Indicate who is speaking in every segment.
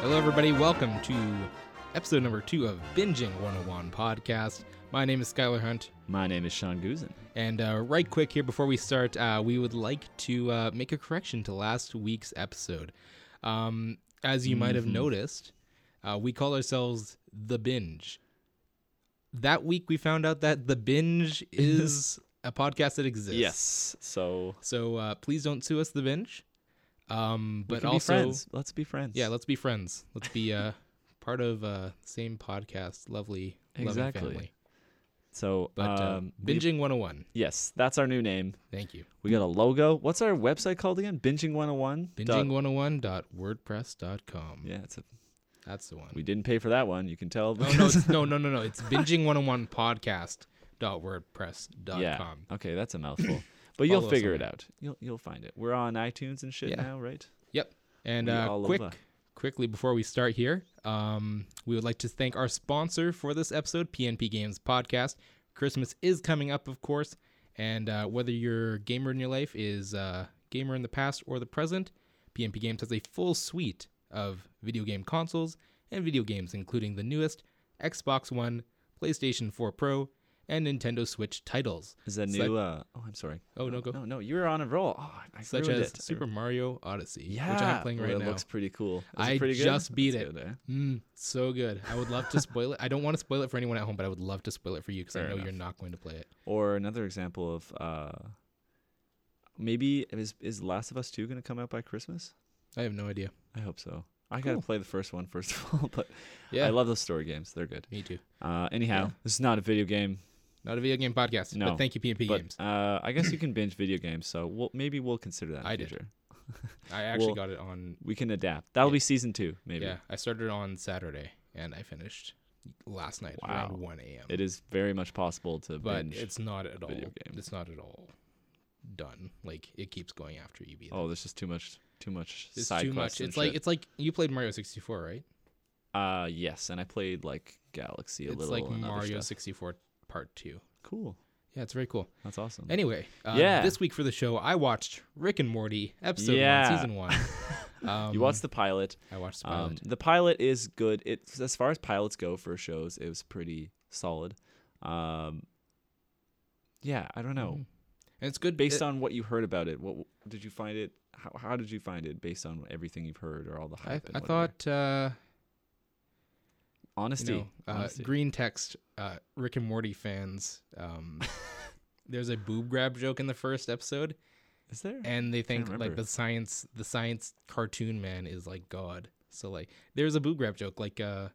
Speaker 1: Hello, everybody. Welcome to episode number two of Binging 101 podcast. My name is Skylar Hunt.
Speaker 2: My name is Sean Guzin.
Speaker 1: And uh, right quick here before we start, uh, we would like to uh, make a correction to last week's episode. Um, as you might have
Speaker 2: Mm-hmm.
Speaker 1: noticed, uh, we call ourselves The Binge. That week, we found out that The Binge is a podcast that exists.
Speaker 2: Yes. So
Speaker 1: So uh, please don't sue us, The Binge. Um,
Speaker 2: we
Speaker 1: but
Speaker 2: can be
Speaker 1: also,
Speaker 2: friends. let's be friends.
Speaker 1: yeah, let's be friends. Let's be uh, part of uh, same podcast, lovely,
Speaker 2: Exactly.
Speaker 1: loving family.
Speaker 2: so
Speaker 1: But
Speaker 2: um,
Speaker 1: uh,
Speaker 2: we-
Speaker 1: binging 101.
Speaker 2: yes, that's our new name.
Speaker 1: Thank you.
Speaker 2: We got a logo. What's our website called again? Binging 101.
Speaker 1: Binging101.wordpress.com.
Speaker 2: Yeah, it's a,
Speaker 1: That's the one.
Speaker 2: we didn't pay for that one. You can tell.
Speaker 1: Oh, no, it's, no, no, no, no. It's binging101podcast.wordpress.com.
Speaker 2: yeah. Okay, that's a mouthful. But you'll
Speaker 1: Follow us
Speaker 2: figure
Speaker 1: on
Speaker 2: it out. You'll you'll find it. We're on iTunes and shit
Speaker 1: Yeah.
Speaker 2: now, right?
Speaker 1: Yep. And
Speaker 2: We
Speaker 1: uh,
Speaker 2: all
Speaker 1: quick,
Speaker 2: over.
Speaker 1: quickly before we start here, um, we would like to thank our sponsor for this episode, PNP Games Podcast. Christmas is coming up, of course, and uh, whether your gamer in your life is uh, gamer in the past or the present, PNP Games has a full suite of video game consoles and video games, including the newest Xbox One, PlayStation 4 Pro, and Nintendo Switch titles,
Speaker 2: Is that
Speaker 1: Such-
Speaker 2: new? Uh, oh, I'm sorry.
Speaker 1: Oh, no, go.
Speaker 2: No, no, you were on a roll. Oh, I- I
Speaker 1: such
Speaker 2: ruined
Speaker 1: as
Speaker 2: it. I
Speaker 1: Super Mario Odyssey,
Speaker 2: Yeah,
Speaker 1: which I'm playing
Speaker 2: well,
Speaker 1: right
Speaker 2: that
Speaker 1: now.
Speaker 2: looks pretty cool. Is
Speaker 1: I
Speaker 2: it pretty good?
Speaker 1: just beat it.
Speaker 2: eh?
Speaker 1: Mm, so good. I would love to spoil it. I don't want to spoil it for anyone at home, but I would love to spoil it for you because I
Speaker 2: Fair
Speaker 1: know
Speaker 2: enough.
Speaker 1: you're not going to play it.
Speaker 2: Or another example of uh, maybe is is Last of Us Two gonna come out by Christmas?
Speaker 1: I have no idea.
Speaker 2: I hope so. I gotta
Speaker 1: Cool.
Speaker 2: play the first one first of all, but
Speaker 1: Yeah,
Speaker 2: I love those story games. They're good.
Speaker 1: me too.
Speaker 2: Uh, anyhow, this is not a video game,
Speaker 1: Not a video game podcast, but
Speaker 2: No,
Speaker 1: thank you, PNP
Speaker 2: but
Speaker 1: Games.
Speaker 2: uh, I guess you can binge video games. So we'll, maybe we'll consider that in
Speaker 1: I
Speaker 2: the
Speaker 1: did.
Speaker 2: future.
Speaker 1: I actually
Speaker 2: well,
Speaker 1: got it on.
Speaker 2: We can adapt. That'll
Speaker 1: Yeah.
Speaker 2: be season two, maybe.
Speaker 1: Yeah, I started on Saturday and I finished last night around
Speaker 2: Wow.
Speaker 1: 1 a.m.
Speaker 2: It is very much possible to
Speaker 1: But
Speaker 2: binge.
Speaker 1: it's not at all.
Speaker 2: video game.
Speaker 1: It's not at all done. Like it keeps going after you. Beat it.
Speaker 2: oh, there's just too much, too much
Speaker 1: it's
Speaker 2: side
Speaker 1: too much.
Speaker 2: quests and
Speaker 1: It's like
Speaker 2: shit.
Speaker 1: it's like you played Mario 64, right?
Speaker 2: uh, yes, and I played like Galaxy a
Speaker 1: it's
Speaker 2: little.
Speaker 1: like
Speaker 2: and other
Speaker 1: Mario
Speaker 2: stuff.
Speaker 1: 64 Part Two.
Speaker 2: Cool.
Speaker 1: Yeah, it's very cool.
Speaker 2: That's awesome.
Speaker 1: Anyway, uh,
Speaker 2: Yeah.
Speaker 1: this week for the show, I watched Rick and Morty episode
Speaker 2: Yeah.
Speaker 1: one, season one. Um,
Speaker 2: you watched the pilot.
Speaker 1: I watched the
Speaker 2: Um,
Speaker 1: pilot.
Speaker 2: the pilot is good. It's as far as pilots go for shows, it was pretty solid. Um, yeah, I don't know.
Speaker 1: Mhm. and it's good uh,
Speaker 2: Based
Speaker 1: it-
Speaker 2: on what you heard about it, what did you find it? How, how did you find it? Based on everything you've heard or all the
Speaker 1: I,
Speaker 2: hype? and
Speaker 1: I
Speaker 2: whatever?
Speaker 1: thought uh, you
Speaker 2: honesty.
Speaker 1: know, uh,
Speaker 2: honesty.
Speaker 1: green text uh, Rick and Morty fans. Um, there's a boob grab joke in the first episode,
Speaker 2: is there?
Speaker 1: and they think like
Speaker 2: remember.
Speaker 1: the science the science cartoon man is like God. So like there's a boob grab joke like uh,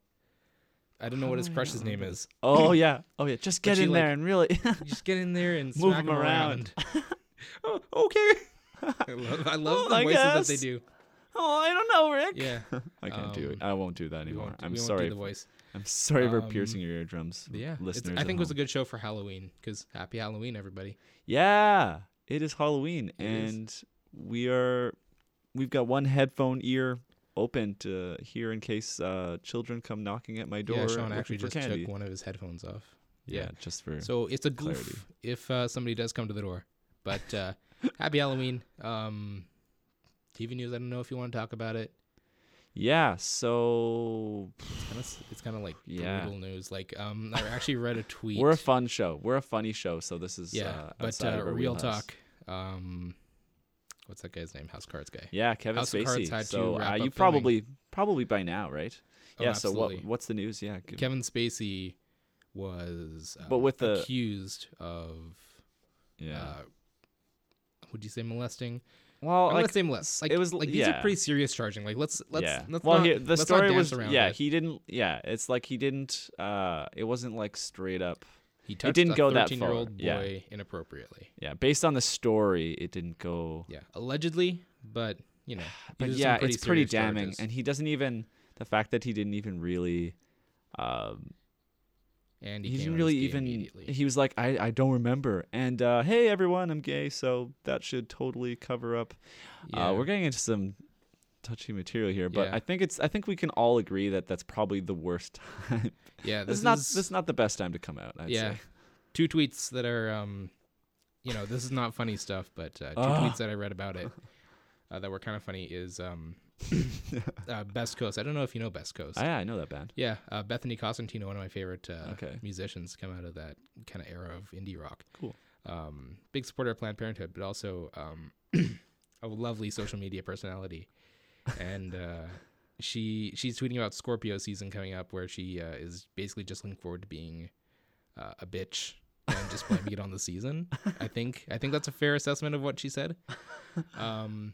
Speaker 1: I don't know what his crush's name is.
Speaker 2: oh yeah, oh yeah. Just get
Speaker 1: she,
Speaker 2: in
Speaker 1: like-
Speaker 2: there and really.
Speaker 1: You just get in there and
Speaker 2: Move
Speaker 1: smack
Speaker 2: 'em
Speaker 1: them around.
Speaker 2: around.
Speaker 1: oh, okay. I love, I love
Speaker 2: Oh,
Speaker 1: the
Speaker 2: I
Speaker 1: voices that
Speaker 2: guess.
Speaker 1: they do.
Speaker 2: oh, I don't know, Rick.
Speaker 1: Yeah,
Speaker 2: I can't do it.
Speaker 1: Um,
Speaker 2: I won't do that
Speaker 1: we
Speaker 2: anymore.
Speaker 1: won't, do-
Speaker 2: I'm
Speaker 1: we won't
Speaker 2: sorry.
Speaker 1: do the
Speaker 2: f-
Speaker 1: voice.
Speaker 2: I'm sorry for
Speaker 1: Um,
Speaker 2: piercing your eardrums,
Speaker 1: But yeah, it's,
Speaker 2: listeners.
Speaker 1: I
Speaker 2: at
Speaker 1: think it was a
Speaker 2: home.
Speaker 1: good show for Halloween because Happy Halloween, everybody.
Speaker 2: Yeah, it is Halloween,
Speaker 1: It is.
Speaker 2: and we are we've got one headphone ear open to hear in case uh, children come knocking at my door.
Speaker 1: yeah, Sean
Speaker 2: looking
Speaker 1: actually
Speaker 2: for
Speaker 1: just
Speaker 2: candy.
Speaker 1: took one of his headphones off.
Speaker 2: Yeah,
Speaker 1: yeah.
Speaker 2: just for
Speaker 1: So it's a goof
Speaker 2: Clarity.
Speaker 1: if uh, somebody does come to the door. But uh, Happy Halloween. Um, TV news. I don't know if you want to talk about it.
Speaker 2: yeah. So
Speaker 1: It's kind of it's kind of like
Speaker 2: Yeah.
Speaker 1: brutal news. Like um, I actually read a tweet.
Speaker 2: we're a fun show. We're a funny show. So this is
Speaker 1: Yeah,
Speaker 2: uh,
Speaker 1: but
Speaker 2: outside
Speaker 1: uh,
Speaker 2: of our
Speaker 1: real
Speaker 2: wheelhouse.
Speaker 1: talk. Um, what's that guy's name? House Cards guy.
Speaker 2: Yeah, Kevin
Speaker 1: House of Cards
Speaker 2: Spacey.
Speaker 1: had to
Speaker 2: So
Speaker 1: wrap up
Speaker 2: uh, you
Speaker 1: filming.
Speaker 2: probably probably by now, right?
Speaker 1: Oh,
Speaker 2: yeah. So what
Speaker 1: absolutely.
Speaker 2: what's the news? Yeah. give-
Speaker 1: Kevin Spacey was uh,
Speaker 2: But with the-
Speaker 1: accused of
Speaker 2: yeah.
Speaker 1: uh, would you say molesting?
Speaker 2: well,
Speaker 1: I'm
Speaker 2: like
Speaker 1: gonna say molest. Like
Speaker 2: it was-
Speaker 1: like these are
Speaker 2: yeah.
Speaker 1: pretty serious charging. Like let's let's
Speaker 2: yeah.
Speaker 1: let's
Speaker 2: well,
Speaker 1: not,
Speaker 2: here, the
Speaker 1: let's not
Speaker 2: story
Speaker 1: dance
Speaker 2: was
Speaker 1: around
Speaker 2: yeah.
Speaker 1: it.
Speaker 2: He didn't. Yeah, it's like he didn't. Uh, it wasn't like straight up.
Speaker 1: he touched
Speaker 2: didn't
Speaker 1: a
Speaker 2: go that
Speaker 1: 13 year old
Speaker 2: far,
Speaker 1: boy
Speaker 2: yeah.
Speaker 1: inappropriately.
Speaker 2: Yeah, based on the story, it didn't go.
Speaker 1: Yeah, allegedly, but you know,
Speaker 2: But
Speaker 1: these are some
Speaker 2: yeah, it's pretty
Speaker 1: serious
Speaker 2: damning,
Speaker 1: charges.
Speaker 2: and he doesn't even. The fact that he didn't even really. Um,
Speaker 1: and
Speaker 2: he,
Speaker 1: he, came
Speaker 2: didn't
Speaker 1: out
Speaker 2: really
Speaker 1: as gay
Speaker 2: even.
Speaker 1: immediately.
Speaker 2: He was like, I, I don't remember. And uh, hey, everyone, I'm gay, so that should totally cover up.
Speaker 1: yeah.
Speaker 2: Uh, we're getting into some touchy material here, but
Speaker 1: Yeah.
Speaker 2: I think it's. I think we can all agree that that's probably the worst time.
Speaker 1: yeah,
Speaker 2: this
Speaker 1: this
Speaker 2: is not.
Speaker 1: is-
Speaker 2: This is not the best time to come out. I'd
Speaker 1: yeah
Speaker 2: say.
Speaker 1: two tweets that are um you know this is not funny stuff but uh, two
Speaker 2: Ah.
Speaker 1: tweets that i read about it uh, that were kind of funny is um, uh, Best Coast. I don't know if you know Best Coast.
Speaker 2: I, I know that band.
Speaker 1: Oh, yeah, uh, Bethany Costantino, one of my favorite uh,
Speaker 2: Okay.
Speaker 1: musicians, come out of that kind of era of indie rock.
Speaker 2: Cool.
Speaker 1: Um, big supporter of Planned Parenthood, but also um, a lovely social media personality. And uh, she she's tweeting about Scorpio season coming up, where she uh, is basically just looking forward to being uh, a bitch and just blaming it on the season. I think I think that's a fair assessment of what she said. Um,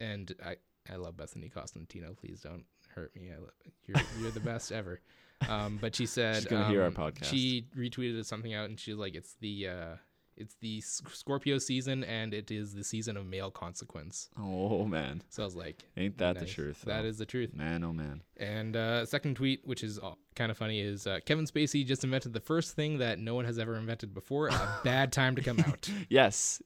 Speaker 1: and I I love Bethany Costantino. Please don't hurt me. I love, you're you're the best ever. Um, but she said
Speaker 2: She's gonna hear our
Speaker 1: um,
Speaker 2: podcast.
Speaker 1: She retweeted something out, and she's like, "It's the uh, it's the S- Scorpio season, and it is the season of male consequence."
Speaker 2: Oh man,
Speaker 1: So I was like,
Speaker 2: ain't that the
Speaker 1: nice.
Speaker 2: truth?
Speaker 1: That
Speaker 2: though.
Speaker 1: is the truth.
Speaker 2: man. Oh man.
Speaker 1: And uh, second tweet, which is kind of funny, is uh, Kevin Spacey just invented the first thing that no one has ever invented before. A bad time to come out.
Speaker 2: Yes,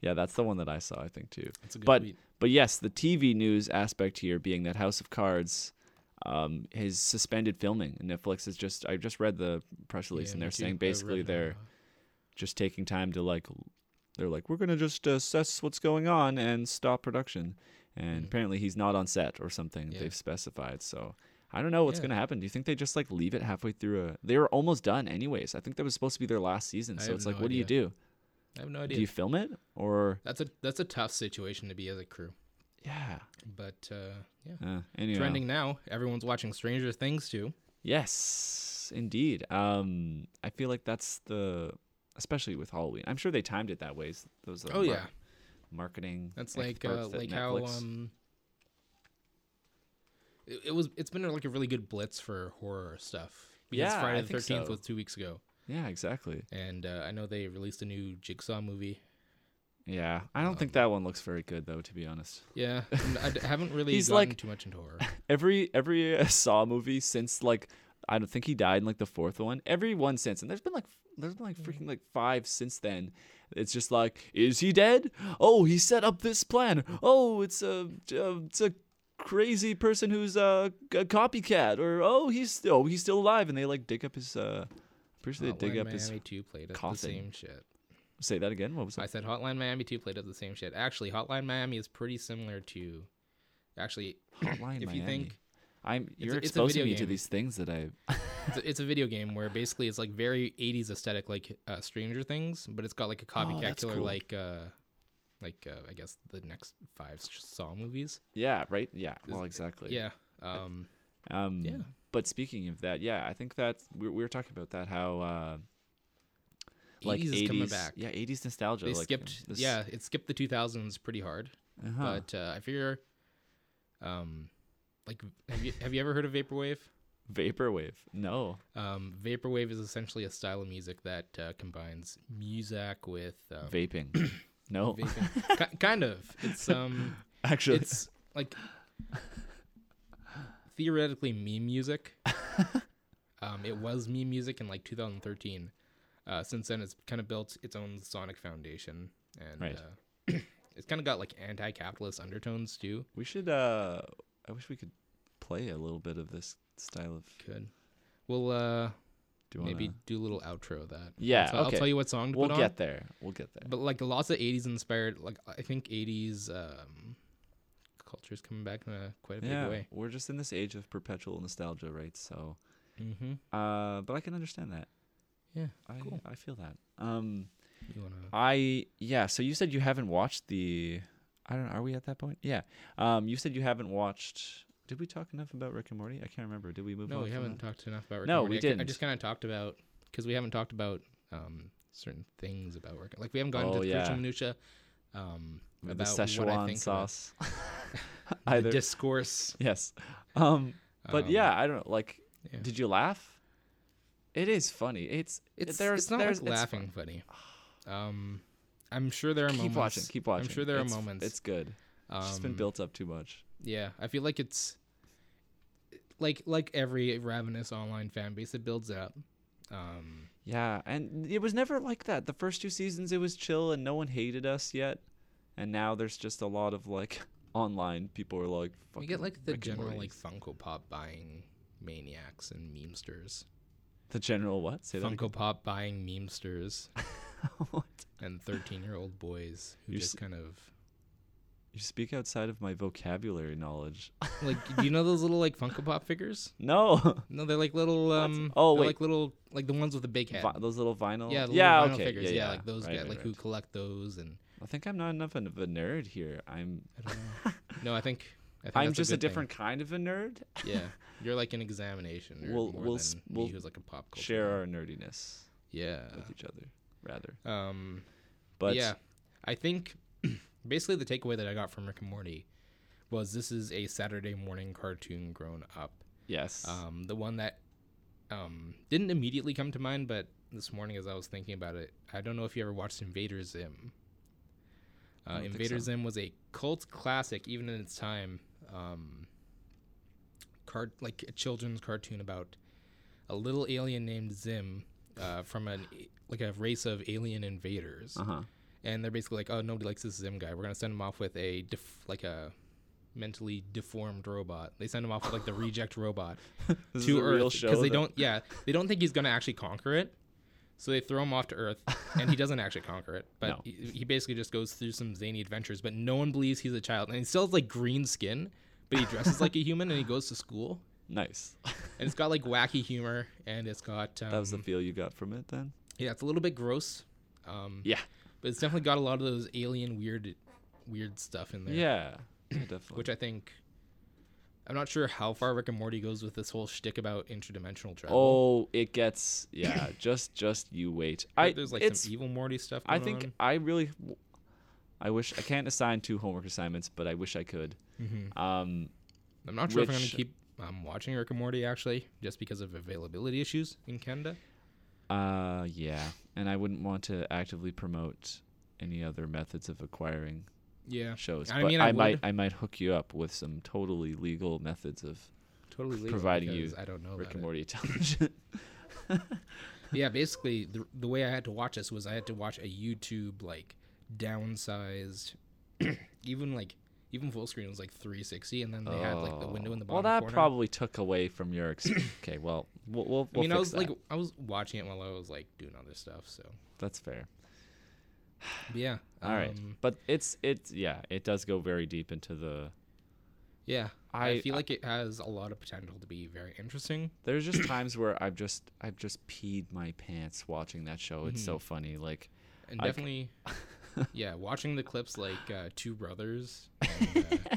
Speaker 2: yeah, that's the one that I saw. I think too.
Speaker 1: It's a good
Speaker 2: But
Speaker 1: tweet.
Speaker 2: but yes, the TV news aspect here being that House of Cards um, has suspended filming. And Netflix is just I just read the press release
Speaker 1: Yeah,
Speaker 2: and
Speaker 1: me
Speaker 2: they're
Speaker 1: too.
Speaker 2: saying
Speaker 1: I
Speaker 2: basically
Speaker 1: read that.
Speaker 2: they're just taking time to like l- they're like we're gonna just uh, assess what's going on and stop production. And
Speaker 1: Mm.
Speaker 2: apparently he's not on set or something
Speaker 1: Yeah.
Speaker 2: they've specified. So. I don't know what's
Speaker 1: Yeah.
Speaker 2: gonna happen. Do you think they just like leave it halfway through? A... They were almost done, anyways. I think that was supposed to be their last season.
Speaker 1: I
Speaker 2: So
Speaker 1: have
Speaker 2: it's like,
Speaker 1: no
Speaker 2: what do you do?
Speaker 1: I have no
Speaker 2: Do
Speaker 1: idea.
Speaker 2: you film it or
Speaker 1: That's a that's a tough situation to be as a crew.
Speaker 2: yeah?
Speaker 1: But uh, yeah.
Speaker 2: Uh, anyway,
Speaker 1: Trending now. Everyone's watching Stranger Things too.
Speaker 2: Yes, indeed. Um, I feel like that's the, especially with Halloween. I'm sure they timed it that way. s- Those are
Speaker 1: Oh, yeah.
Speaker 2: marketing.
Speaker 1: That's like uh,
Speaker 2: experts at
Speaker 1: like how
Speaker 2: Netflix-
Speaker 1: um it, it was it's been like a really good blitz for horror stuff. Because
Speaker 2: Yeah, I
Speaker 1: Friday the
Speaker 2: think
Speaker 1: thirteenth
Speaker 2: so.
Speaker 1: was two weeks ago.
Speaker 2: yeah, exactly.
Speaker 1: And uh, I know they released a new jigsaw movie.
Speaker 2: Yeah, I don't think
Speaker 1: Um,
Speaker 2: that one looks very good though, to be honest.
Speaker 1: Yeah. and I d- haven't really
Speaker 2: He's
Speaker 1: gotten
Speaker 2: like-
Speaker 1: too much into horror.
Speaker 2: Every every uh, Saw movie since like I don't think he died in like the fourth one. Every one since, and there's been like f- there's been like freaking like five since then. It's just like, is he dead? Oh, he set up this plan. Oh, it's a uh, it's a crazy person who's a, a copycat, or oh, he's oh he's still alive, and they like dig up his. uh Pretty sure they dig
Speaker 1: Hotline
Speaker 2: up his.
Speaker 1: Miami two played up the
Speaker 2: coffin.
Speaker 1: same shit.
Speaker 2: Say that again. What was
Speaker 1: I
Speaker 2: that?
Speaker 1: said Hotline Miami two played up the same shit. Actually, Hotline Miami is pretty similar to actually
Speaker 2: Hotline
Speaker 1: if
Speaker 2: Miami.
Speaker 1: you think
Speaker 2: I'm
Speaker 1: a-
Speaker 2: you're
Speaker 1: it's a
Speaker 2: exposing
Speaker 1: video
Speaker 2: me to
Speaker 1: game.
Speaker 2: these things that I.
Speaker 1: it's a, it's a video game where basically it's like very 80s aesthetic like uh, stranger things but it's got like a copycat
Speaker 2: Oh, that's
Speaker 1: killer
Speaker 2: cool.
Speaker 1: like uh like uh, i guess the next five s- saw movies
Speaker 2: Yeah. Right. Yeah. Well, exactly.
Speaker 1: yeah
Speaker 2: uh,
Speaker 1: um
Speaker 2: Um,
Speaker 1: Yeah.
Speaker 2: But speaking of that, yeah, I think that we we were talking about that how uh, like
Speaker 1: 80s,
Speaker 2: 80s,
Speaker 1: is coming back
Speaker 2: yeah, 80s nostalgia.
Speaker 1: they
Speaker 2: like,
Speaker 1: skipped
Speaker 2: this-
Speaker 1: yeah it skipped the 2000s pretty hard
Speaker 2: uh-huh.
Speaker 1: but uh, i figure um like have you have you ever heard of vaporwave
Speaker 2: vaporwave. No,
Speaker 1: um vaporwave is essentially a style of music that uh, combines music with um,
Speaker 2: vaping. no,
Speaker 1: vaping. Ki- kind of it's um
Speaker 2: actually,
Speaker 1: it's like theoretically meme music. um, it was meme music in like 2013. Uh, since then, it's kind of built its own sonic foundation, and
Speaker 2: Right.
Speaker 1: uh, it's kind of got like anti-capitalist undertones too.
Speaker 2: we should. uh I wish we could play a little bit of this style of.
Speaker 1: Could we'll uh,
Speaker 2: Do you
Speaker 1: maybe
Speaker 2: wanna-
Speaker 1: do a little outro of that.
Speaker 2: Yeah,
Speaker 1: so I'll
Speaker 2: okay.
Speaker 1: tell you what song to
Speaker 2: We'll
Speaker 1: put on.
Speaker 2: get there. We'll get there.
Speaker 1: But like lots of 80s inspired, like I think 80s um, culture is coming back in a, quite a big
Speaker 2: yeah,
Speaker 1: way.
Speaker 2: we're just in this age of perpetual nostalgia, right? So,
Speaker 1: Mm-hmm.
Speaker 2: uh, but I can understand that.
Speaker 1: Yeah,
Speaker 2: I
Speaker 1: cool.
Speaker 2: I feel that. Um,
Speaker 1: You wanna?
Speaker 2: I yeah. So you said you haven't watched the. I don't. Are we at that point? Yeah. Um. You said you haven't watched. Did we talk enough about Rick and Morty? I can't remember. Did we move
Speaker 1: No,
Speaker 2: on?
Speaker 1: we
Speaker 2: from
Speaker 1: haven't
Speaker 2: that?
Speaker 1: talked enough about Rick.
Speaker 2: No,
Speaker 1: and Morty.
Speaker 2: we
Speaker 1: I ca- I,
Speaker 2: didn't.
Speaker 1: just kind of talked about because we haven't talked about um, certain things about Rick. Like we haven't gone into
Speaker 2: Oh,
Speaker 1: the crucial
Speaker 2: yeah.
Speaker 1: minutia um,
Speaker 2: With
Speaker 1: about
Speaker 2: the
Speaker 1: what I
Speaker 2: Szechuan
Speaker 1: think
Speaker 2: sauce.
Speaker 1: of the
Speaker 2: Either.
Speaker 1: discourse.
Speaker 2: yes. Um. But
Speaker 1: um,
Speaker 2: yeah, I don't know. Like,
Speaker 1: yeah.
Speaker 2: did you laugh? It is funny. It's
Speaker 1: it's
Speaker 2: there's,
Speaker 1: it's not
Speaker 2: there's,
Speaker 1: like laughing funny. Um, I'm sure there are
Speaker 2: Keep
Speaker 1: moments.
Speaker 2: watching. Keep watching.
Speaker 1: I'm sure there are
Speaker 2: It's-
Speaker 1: moments.
Speaker 2: It's good. It's just been
Speaker 1: um,
Speaker 2: built up too much.
Speaker 1: Yeah, I feel like it's like like every ravenous online fan base, it builds up. Um,
Speaker 2: Yeah, and it was never like that. The first two seasons, it was chill and no one hated us yet. And now there's just a lot of like online people are like,
Speaker 1: we get
Speaker 2: "Fucking
Speaker 1: like the
Speaker 2: Rick and
Speaker 1: general
Speaker 2: Morty."
Speaker 1: like Funko Pop buying maniacs and memesters.
Speaker 2: the general what? Say that.
Speaker 1: Funko Pop buying memesters
Speaker 2: again. What?
Speaker 1: and 13 year old boys who
Speaker 2: You're
Speaker 1: just
Speaker 2: s-
Speaker 1: kind of
Speaker 2: You speak outside of my vocabulary knowledge.
Speaker 1: Like, do you know those little like Funko Pop figures?
Speaker 2: No.
Speaker 1: No, they're like little. um
Speaker 2: Oh,
Speaker 1: they're
Speaker 2: wait.
Speaker 1: like little, like the ones with the big head.
Speaker 2: Vi- those little vinyl.
Speaker 1: yeah, the
Speaker 2: yeah,
Speaker 1: little vinyl
Speaker 2: okay.
Speaker 1: figures.
Speaker 2: Yeah,
Speaker 1: Yeah, like those
Speaker 2: Right,
Speaker 1: guys,
Speaker 2: right,
Speaker 1: like who
Speaker 2: right.
Speaker 1: collect those and
Speaker 2: I think I'm not enough of a nerd here. I'm
Speaker 1: I don't know. no, I think I think
Speaker 2: I'm
Speaker 1: that's
Speaker 2: just a,
Speaker 1: good thing.
Speaker 2: different kind of a nerd.
Speaker 1: Yeah, you're like an examination. Or
Speaker 2: We'll-
Speaker 1: more
Speaker 2: we'll
Speaker 1: than
Speaker 2: s-
Speaker 1: me
Speaker 2: we'll
Speaker 1: who's like a pop culture.
Speaker 2: Share our nerdiness
Speaker 1: Yeah.
Speaker 2: with each other, rather.
Speaker 1: Um.
Speaker 2: But
Speaker 1: Uh, yeah, I think basically the takeaway that I got from Rick and Morty was this is a Saturday morning cartoon grown up.
Speaker 2: yes,
Speaker 1: Um, the one that um, didn't immediately come to mind, but this morning as I was thinking about it, I don't know if you ever watched Invader Zim.
Speaker 2: don't
Speaker 1: Uh,
Speaker 2: think
Speaker 1: Invader
Speaker 2: so.
Speaker 1: Zim was a cult classic, even in its time. Um, card like a children's cartoon about a little alien named Zim uh, from an like a race of alien invaders
Speaker 2: uh huh.
Speaker 1: and they're basically like, "Oh, nobody likes this Zim guy. We're gonna send him off with a def- like a mentally deformed robot." They send him off with like the reject robot
Speaker 2: This
Speaker 1: to
Speaker 2: is a real
Speaker 1: Earth
Speaker 2: show.
Speaker 1: because they
Speaker 2: that-
Speaker 1: don't. Yeah, they don't think he's gonna actually conquer it, so they throw him off to Earth, and he doesn't actually conquer it. But
Speaker 2: No.
Speaker 1: he, he basically just goes through some zany adventures. But no one believes he's a child, and he still has like green skin, but he dresses like a human and he goes to school.
Speaker 2: Nice.
Speaker 1: And it's got like wacky humor, and it's got um,
Speaker 2: that was the feel you got from it then.
Speaker 1: yeah, it's a little bit gross. Um,
Speaker 2: Yeah.
Speaker 1: but it's definitely got a lot of those alien weird weird stuff in there
Speaker 2: Yeah. yeah definitely.
Speaker 1: which i think i'm not sure how far rick and morty goes with this whole shtick about interdimensional travel
Speaker 2: oh, it gets yeah. Just just you wait. I
Speaker 1: there's like
Speaker 2: it's
Speaker 1: some evil morty stuff
Speaker 2: I
Speaker 1: going
Speaker 2: think I really, I wish I can't assign two homework assignments, but I wish I could.
Speaker 1: on. Mhm.
Speaker 2: Um,
Speaker 1: i'm not sure if i'm going
Speaker 2: which-
Speaker 1: to keep um, watching rick and morty actually just because of availability issues in canada
Speaker 2: uh, yeah, and I wouldn't want to actively promote any other methods of acquiring
Speaker 1: yeah
Speaker 2: shows.
Speaker 1: I
Speaker 2: but
Speaker 1: mean, I
Speaker 2: I, might
Speaker 1: would.
Speaker 2: I might hook you up with some totally legal methods of
Speaker 1: totally legal
Speaker 2: Providing
Speaker 1: because
Speaker 2: you
Speaker 1: i don't know
Speaker 2: Rick
Speaker 1: about it.
Speaker 2: and Morty television.
Speaker 1: yeah basically the, the way i had to watch this was i had to watch a youtube like downsized even like even full screen was like 360 and then they had like the window in the
Speaker 2: Oh,
Speaker 1: bottom
Speaker 2: Well, that
Speaker 1: corner.
Speaker 2: probably took away from your. Ex- okay, well, we'll, we'll,
Speaker 1: I
Speaker 2: we'll
Speaker 1: mean, I
Speaker 2: fix
Speaker 1: was
Speaker 2: that.
Speaker 1: like, I was watching it while I was like doing other stuff. So,
Speaker 2: that's fair.
Speaker 1: but yeah.
Speaker 2: All right,
Speaker 1: um,
Speaker 2: but it's it's yeah, it does go very deep into the.
Speaker 1: Yeah, I,
Speaker 2: I,
Speaker 1: feel like it has a lot of potential to be very interesting.
Speaker 2: there's just times where I've just I've just peed my pants watching that show. It's so
Speaker 1: Mm-hmm.
Speaker 2: funny. Like
Speaker 1: And
Speaker 2: I c-
Speaker 1: definitely, yeah, watching the clips like uh, Two Brothers. And,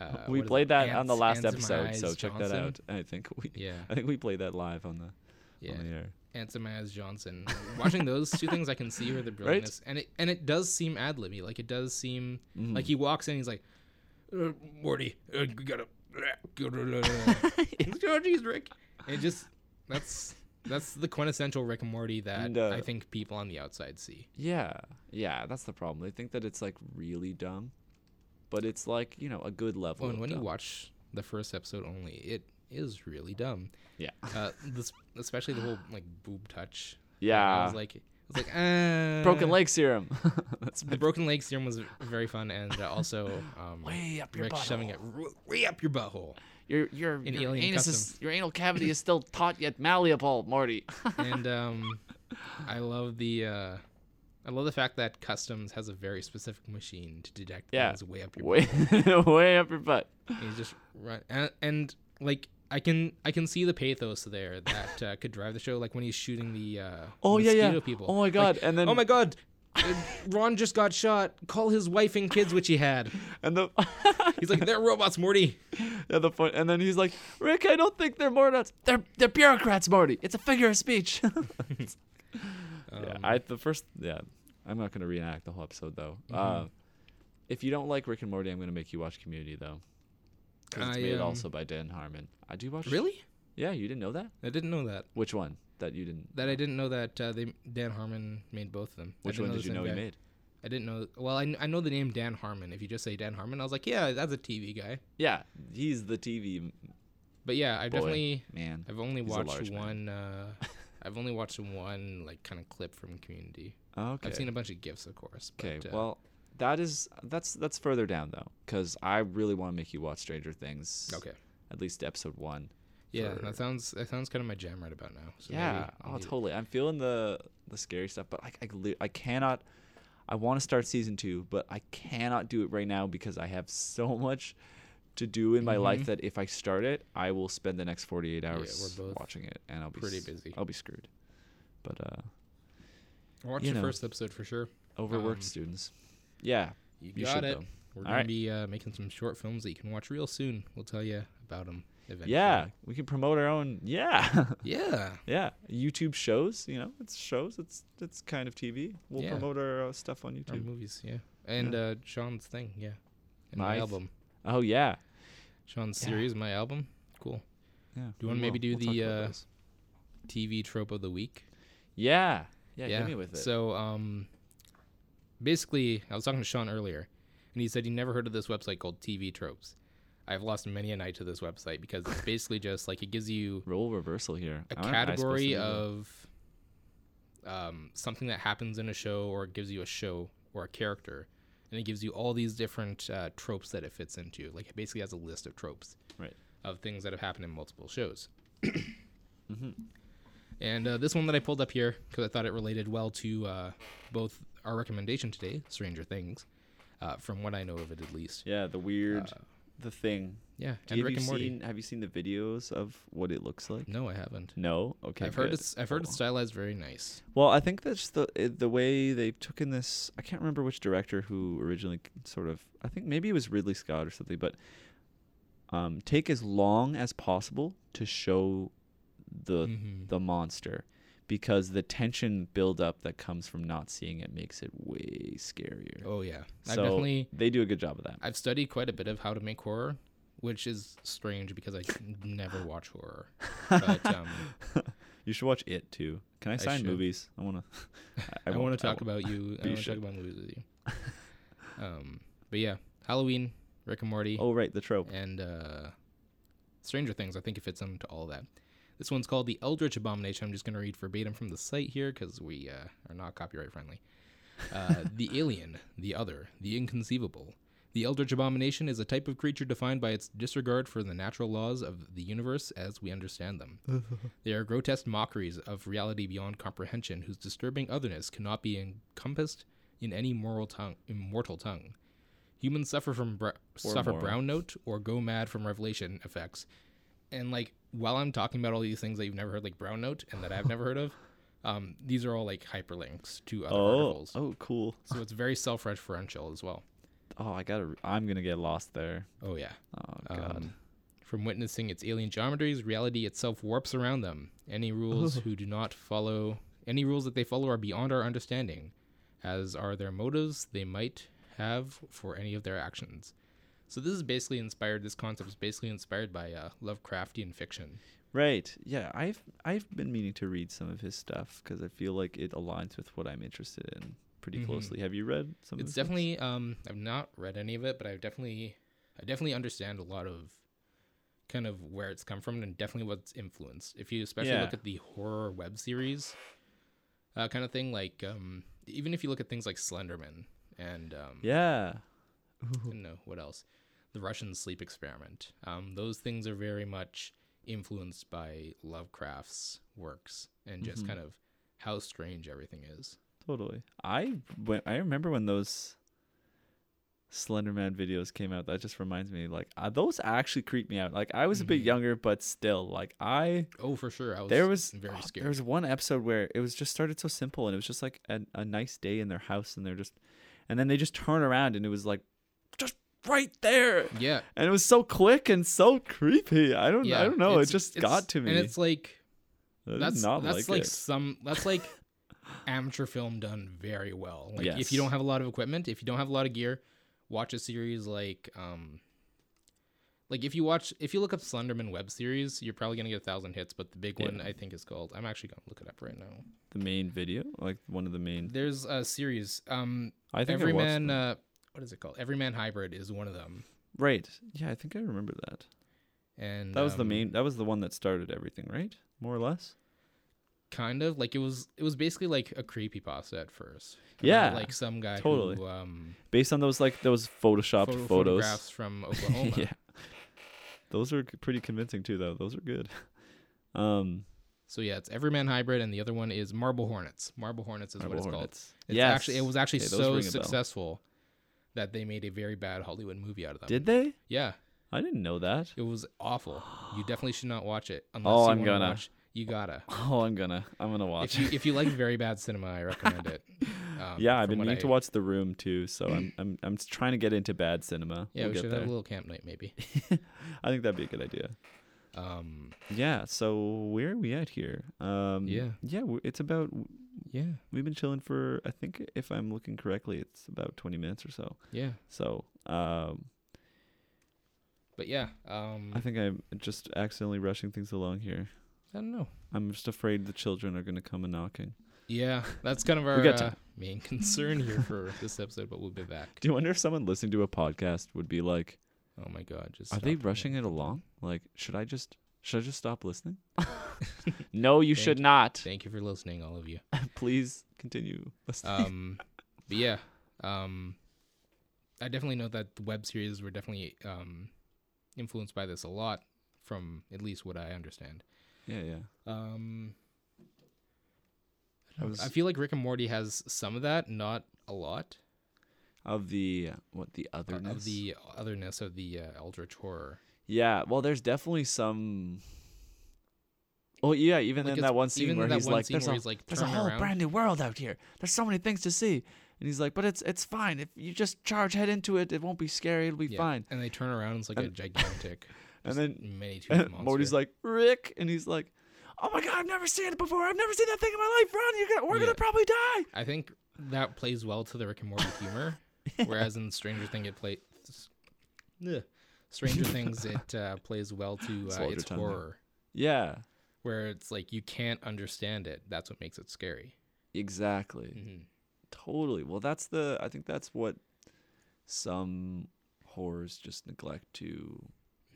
Speaker 1: uh, uh,
Speaker 2: we
Speaker 1: what is
Speaker 2: played
Speaker 1: it?
Speaker 2: that on the
Speaker 1: Ants-
Speaker 2: last
Speaker 1: Ants in My
Speaker 2: episode, so
Speaker 1: Eyes
Speaker 2: check that
Speaker 1: Johnson?
Speaker 2: out. I think we
Speaker 1: Yeah,
Speaker 2: I think we played that live on the
Speaker 1: yeah.
Speaker 2: on the air.
Speaker 1: Ants in My Eyes Johnson. Watching those two things, I can see where the brilliantness and it and it does seem ad libby. Like it does seem
Speaker 2: Mm-hmm.
Speaker 1: like he walks in, he's like, uh, Morty, uh, you gotta. He's like, oh, jeez, Rick. It just that's that's the quintessential Rick and Morty that
Speaker 2: And, uh,
Speaker 1: I think people on the outside see.
Speaker 2: Yeah, yeah, that's the problem. They think that it's like really dumb, but it's like you know a good level.
Speaker 1: Oh, and
Speaker 2: of
Speaker 1: when you
Speaker 2: dumb.
Speaker 1: watch the first episode only, it is really dumb.
Speaker 2: yeah,
Speaker 1: Uh, this, especially the whole like boob touch. I
Speaker 2: yeah,
Speaker 1: was like, I was like, uh,
Speaker 2: broken leg serum. that's
Speaker 1: The broken leg serum was very fun, and uh, also um,
Speaker 2: way up your
Speaker 1: Rick shoving it
Speaker 2: butthole.
Speaker 1: r- way up your butthole.
Speaker 2: Your your
Speaker 1: In
Speaker 2: your
Speaker 1: Alien
Speaker 2: anus is, your anal cavity is still taut yet malleable, Morty.
Speaker 1: and um, I love the uh, I love the fact that customs has a very specific machine to detect
Speaker 2: Yeah.
Speaker 1: things way up your
Speaker 2: way way up your butt.
Speaker 1: butt. He's just run and, and like I can I can see the pathos there that uh, could drive the show. Like when he's shooting the uh,
Speaker 2: Oh yeah,
Speaker 1: mosquito
Speaker 2: yeah.
Speaker 1: people.
Speaker 2: Oh my
Speaker 1: Like,
Speaker 2: god! and then
Speaker 1: oh my god. uh, Ron just got shot. Call his wife and kids, which he had.
Speaker 2: and the
Speaker 1: He's like, they're robots, Morty.
Speaker 2: and the point and then he's like, Rick, I don't think they're Mordots. They're they're bureaucrats, Morty. It's a figure of speech.
Speaker 1: Um,
Speaker 2: yeah, I the first yeah. I'm not gonna reenact the whole episode though.
Speaker 1: Mm-hmm.
Speaker 2: Uh, if you don't like Rick and Morty, I'm gonna make you watch Community though. 'Cause it's
Speaker 1: I,
Speaker 2: made
Speaker 1: um,
Speaker 2: also by Dan Harmon. I do you watch.
Speaker 1: Really?
Speaker 2: Yeah, you didn't know that.
Speaker 1: I didn't know that.
Speaker 2: Which one that you didn't?
Speaker 1: That I didn't know that uh, they Dan Harmon made both of them. I
Speaker 2: Which
Speaker 1: didn't
Speaker 2: one
Speaker 1: the
Speaker 2: did you
Speaker 1: same
Speaker 2: know he
Speaker 1: guy.
Speaker 2: made?
Speaker 1: I didn't know. Well, I, kn- I know the name Dan Harmon. If you just say Dan Harmon, I was like, yeah, that's a TV guy.
Speaker 2: Yeah, he's the TV m-
Speaker 1: But yeah, I
Speaker 2: boy,
Speaker 1: definitely,
Speaker 2: man.
Speaker 1: I've only
Speaker 2: He's a
Speaker 1: watched
Speaker 2: large man.
Speaker 1: one. Uh, I've only watched one like kind of clip from Community.
Speaker 2: Okay.
Speaker 1: I've seen a bunch of gifs, of course. But,
Speaker 2: Okay,
Speaker 1: uh,
Speaker 2: well, that is that's that's further down though, because I really want to make you watch Stranger Things.
Speaker 1: okay,
Speaker 2: At least episode one.
Speaker 1: yeah,
Speaker 2: for-
Speaker 1: that sounds that sounds kind of my jam right about now. So maybe
Speaker 2: yeah.
Speaker 1: I'll
Speaker 2: oh,
Speaker 1: do-
Speaker 2: totally. I'm feeling the the scary stuff, but like I li- I cannot. I want to start season two, but I cannot do it right now because I have so much to do in my life that if I start it, I will spend the next 48 hours
Speaker 1: Mm-hmm. we're both
Speaker 2: watching it, and I'll be
Speaker 1: pretty
Speaker 2: s-
Speaker 1: busy.
Speaker 2: I'll be screwed. But uh,
Speaker 1: Watch
Speaker 2: you
Speaker 1: the
Speaker 2: know.
Speaker 1: first episode for sure.
Speaker 2: overworked
Speaker 1: Um,
Speaker 2: students, yeah,
Speaker 1: You
Speaker 2: You
Speaker 1: got
Speaker 2: should,
Speaker 1: it.
Speaker 2: though.
Speaker 1: We're
Speaker 2: All
Speaker 1: gonna
Speaker 2: right.
Speaker 1: be uh, making some short films that you can watch real soon. We'll tell you about them eventually.
Speaker 2: yeah, we can promote our own, yeah.
Speaker 1: Yeah.
Speaker 2: Yeah, YouTube shows. You know, it's shows. It's it's kind of TV. We'll
Speaker 1: Yeah. Um,
Speaker 2: promote our uh, stuff on
Speaker 1: Or
Speaker 2: YouTube.
Speaker 1: movies. Yeah. And Uh, Sean's thing. Yeah. And my,
Speaker 2: My th-
Speaker 1: album.
Speaker 2: Oh yeah,
Speaker 1: Sean's
Speaker 2: Yeah.
Speaker 1: series. My album. Cool.
Speaker 2: yeah.
Speaker 1: you
Speaker 2: we
Speaker 1: wanna maybe
Speaker 2: will.
Speaker 1: do
Speaker 2: We'll talk
Speaker 1: the,
Speaker 2: about
Speaker 1: uh,
Speaker 2: those.
Speaker 1: TV trope of the week.
Speaker 2: Yeah, yeah. Hit me with it.
Speaker 1: So, um, basically, I was talking to Sean earlier, and he said he never heard of this website called TV Tropes. I've lost many a night to this website because it's basically just like it gives you
Speaker 2: Role reversal here.
Speaker 1: a
Speaker 2: I wonder if I supposed to
Speaker 1: category
Speaker 2: do that.
Speaker 1: of um, something that happens in a show, or it gives you a show or a character, and it gives you all these different uh, tropes that it fits into. Like it basically has a list of tropes
Speaker 2: Right.
Speaker 1: of things that have happened in multiple shows. And uh, this one that I pulled up here because I thought it related well to uh, both our recommendation today, Stranger Things, uh, from what I know of it at least.
Speaker 2: Yeah, the weird, the thing.
Speaker 1: Yeah,
Speaker 2: Do
Speaker 1: and
Speaker 2: you, have
Speaker 1: Rick Uh,
Speaker 2: you
Speaker 1: and Morty.
Speaker 2: seen? Have you seen the videos of what it looks like?
Speaker 1: No, I haven't.
Speaker 2: No. Okay.
Speaker 1: I've heard
Speaker 2: good.
Speaker 1: it's I've heard
Speaker 2: Oh.
Speaker 1: it's stylized very nice.
Speaker 2: Well, I think that's the it- the way they took in this. I can't remember which director who originally c- sort of. I think maybe it was Ridley Scott or something, but um, take as long as possible to show the
Speaker 1: Mhm.
Speaker 2: the monster because the tension buildup that comes from not seeing it makes it way scarier.
Speaker 1: Oh yeah, I've
Speaker 2: So
Speaker 1: definitely
Speaker 2: they do a good job of that.
Speaker 1: I've studied quite a bit of how to make horror, which is strange because I never watch horror. But um,
Speaker 2: You should watch it too. Can I sign
Speaker 1: should.
Speaker 2: movies? I wanna.
Speaker 1: I, want
Speaker 2: won't-
Speaker 1: to talk
Speaker 2: won't.
Speaker 1: about you. I
Speaker 2: you
Speaker 1: want to talk
Speaker 2: should.
Speaker 1: about movies with you. Um, but yeah, Halloween, Rick and Morty,
Speaker 2: Oh right, the trope.
Speaker 1: and uh, Stranger Things. I think it fits into all that. This one's called The Eldritch Abomination. I'm just going to read verbatim from the site here because we uh, are not copyright friendly. Uh, the alien, the other, the inconceivable. The Eldritch Abomination is a type of creature defined by its disregard for the natural laws of the universe as we understand them. they are grotesque mockeries of reality beyond comprehension, whose disturbing otherness cannot be encompassed in any moral tongue, immortal tongue. Humans suffer from br- suffer
Speaker 2: moral.
Speaker 1: brown note or go mad from revelation effects. And like while I'm talking about all these things that you've never heard, like brown note, and that I've never heard of, um, these are all like hyperlinks to other
Speaker 2: Oh,
Speaker 1: articles.
Speaker 2: oh, cool.
Speaker 1: So it's very self-referential as well.
Speaker 2: Oh, I gotta. I'm gonna get lost there.
Speaker 1: Oh yeah.
Speaker 2: Oh god.
Speaker 1: Um, from witnessing its alien geometries, reality itself warps around them. Any rules who do not follow any rules that they follow are beyond our understanding, as are their motives they might have for any of their actions. So this is basically inspired. This concept is basically inspired by uh, Lovecraftian fiction.
Speaker 2: Right. Yeah, I've I've been meaning to read some of his stuff because I feel like it aligns with what I'm interested in pretty
Speaker 1: Mhm.
Speaker 2: closely. Have you read some? of
Speaker 1: It's
Speaker 2: his books?
Speaker 1: definitely. Um, I've not read any of it, but I've definitely, I definitely understand a lot of, kind of where it's come from and definitely what's influenced. If you especially
Speaker 2: Yeah.
Speaker 1: look at the horror web series, uh, kind of thing, like um, even if you look at things like Slenderman and um,
Speaker 2: Yeah.
Speaker 1: I don't know what else, the Russian sleep experiment. Um, those things are very much influenced by Lovecraft's works and
Speaker 2: Mm-hmm.
Speaker 1: just kind of how strange everything is.
Speaker 2: Totally. I went, I remember when those Slenderman videos came out. That just reminds me. Like uh, those actually creeped me out. Like I was a
Speaker 1: Mm-hmm.
Speaker 2: bit younger, but still, like I
Speaker 1: Oh, for sure. I was
Speaker 2: there was
Speaker 1: very
Speaker 2: oh,
Speaker 1: scared.
Speaker 2: there was one episode where it was just started so simple and it was just like a, a nice day in their house and they're just and then they just turn around and it was like just right there
Speaker 1: yeah,
Speaker 2: and it was so quick and so creepy. I don't, I don't know. It
Speaker 1: it's-
Speaker 2: just
Speaker 1: it's-
Speaker 2: got to me.
Speaker 1: And it's like
Speaker 2: I did
Speaker 1: that's
Speaker 2: not
Speaker 1: that's like,
Speaker 2: like, it.
Speaker 1: some that's like amateur film done very well. Like if you
Speaker 2: Yes.
Speaker 1: don't have a lot of equipment, if you don't have a lot of gear, watch a series like um like if you watch if you look up Slenderman web series, you're probably gonna get a thousand hits. But the big one I think is called I'm actually gonna look it up right now.
Speaker 2: the main video, like one of the main.
Speaker 1: There's a series. Um
Speaker 2: I think I watched
Speaker 1: Everyman
Speaker 2: them.
Speaker 1: uh what is it called? Everyman Hybrid is one of them.
Speaker 2: Right. Yeah, I think I remember that.
Speaker 1: And
Speaker 2: That was the
Speaker 1: um,
Speaker 2: main. That was the one that started everything, right? More or less.
Speaker 1: kind of like it was it was basically like a creepy pasta at first about,
Speaker 2: Yeah,
Speaker 1: like some guy
Speaker 2: totally.
Speaker 1: who um
Speaker 2: Based on those like those photoshopped
Speaker 1: photo-
Speaker 2: photos.
Speaker 1: photographs Oh from oklahoma
Speaker 2: yeah. Those are pretty convincing too, though. Those are good. Um,
Speaker 1: So yeah, it's Everyman Hybrid, and the other one is Marble Hornets. Marble Hornets is
Speaker 2: Marble
Speaker 1: what it's called.
Speaker 2: Hornets.
Speaker 1: It's
Speaker 2: Yes.
Speaker 1: actually it was actually
Speaker 2: Okay, those
Speaker 1: so
Speaker 2: ring a bell.
Speaker 1: successful that they made a very bad Hollywood movie out of them.
Speaker 2: Did they?
Speaker 1: yeah,
Speaker 2: I didn't know that.
Speaker 1: it was awful. You definitely should not watch it unless
Speaker 2: Oh,
Speaker 1: you
Speaker 2: I'm
Speaker 1: wanna
Speaker 2: gonna.
Speaker 1: watch. You gotta.
Speaker 2: Oh, I'm gonna, I'm gonna watch.
Speaker 1: If you if you like very bad cinema, I recommend it. Um,
Speaker 2: yeah, I've
Speaker 1: from
Speaker 2: been
Speaker 1: what
Speaker 2: meaning
Speaker 1: I-
Speaker 2: to watch The Room too, so I'm, I'm, I'm trying to get into bad cinema.
Speaker 1: Yeah,
Speaker 2: We'll
Speaker 1: we
Speaker 2: get
Speaker 1: should
Speaker 2: there.
Speaker 1: have a little camp night maybe.
Speaker 2: I think that'd be a good idea.
Speaker 1: Um,
Speaker 2: Yeah. So where are we at here? Um,
Speaker 1: Yeah.
Speaker 2: Yeah. w- It's about
Speaker 1: yeah,
Speaker 2: we've been chilling for I think if I'm looking correctly, it's about 20 minutes or so.
Speaker 1: yeah,
Speaker 2: So um,
Speaker 1: but yeah, um,
Speaker 2: I think I'm just accidentally rushing things along here.
Speaker 1: I don't know.
Speaker 2: I'm just afraid the children are gonna come a knocking.
Speaker 1: Yeah, that's kind of our
Speaker 2: got
Speaker 1: uh,
Speaker 2: time.
Speaker 1: main concern here for this episode, but we'll be back.
Speaker 2: Do you wonder if someone listening to a podcast would be like,
Speaker 1: Oh my god, just
Speaker 2: "Are they
Speaker 1: stop.
Speaker 2: rushing it along? Like, should I just should I just stop listening?" no, you
Speaker 1: Thank-
Speaker 2: should not.
Speaker 1: Thank you for listening, all of you.
Speaker 2: Please continue listening.
Speaker 1: Um, but yeah, um, I definitely know that the web series were definitely um, influenced by this a lot, from at least what I understand.
Speaker 2: yeah, yeah.
Speaker 1: Um,
Speaker 2: I was
Speaker 1: I feel like Rick and Morty has some of that, not a lot
Speaker 2: of the what the
Speaker 1: uh,
Speaker 2: otherness
Speaker 1: of the otherness of the uh, Eldritch horror.
Speaker 2: Yeah, well, there's definitely some. Oh yeah, even
Speaker 1: Like,
Speaker 2: in
Speaker 1: it's-
Speaker 2: that one scene
Speaker 1: even in
Speaker 2: where
Speaker 1: that
Speaker 2: he's
Speaker 1: one
Speaker 2: like,
Speaker 1: scene
Speaker 2: "There's
Speaker 1: where
Speaker 2: a,
Speaker 1: he's, like,
Speaker 2: there's a
Speaker 1: turning
Speaker 2: whole
Speaker 1: around."
Speaker 2: brand new world out here. There's so many things to see." And he's like, "But it's it's fine if you just charge head into it. It won't be scary. It'll be
Speaker 1: Yeah.
Speaker 2: fine."
Speaker 1: And they turn around and it's like a gigantic
Speaker 2: And then
Speaker 1: many toothed monster.
Speaker 2: Morty's like, "Rick," and he's like, "Oh my god, I've never seen it before. I've never seen that thing in my life. Run! You're gonna, we're
Speaker 1: Yeah.
Speaker 2: gonna probably die."
Speaker 1: I think that plays well to the Rick and Morty humor, whereas in Stranger Things it plays. Stranger Things it uh, plays well to uh,
Speaker 2: Swallowed your
Speaker 1: its
Speaker 2: tongue there.
Speaker 1: horror,
Speaker 2: Yeah,
Speaker 1: where it's like you can't understand it. That's what makes it scary.
Speaker 2: exactly.
Speaker 1: Mhm.
Speaker 2: Totally. Well, that's the. I think that's what some horrors just neglect to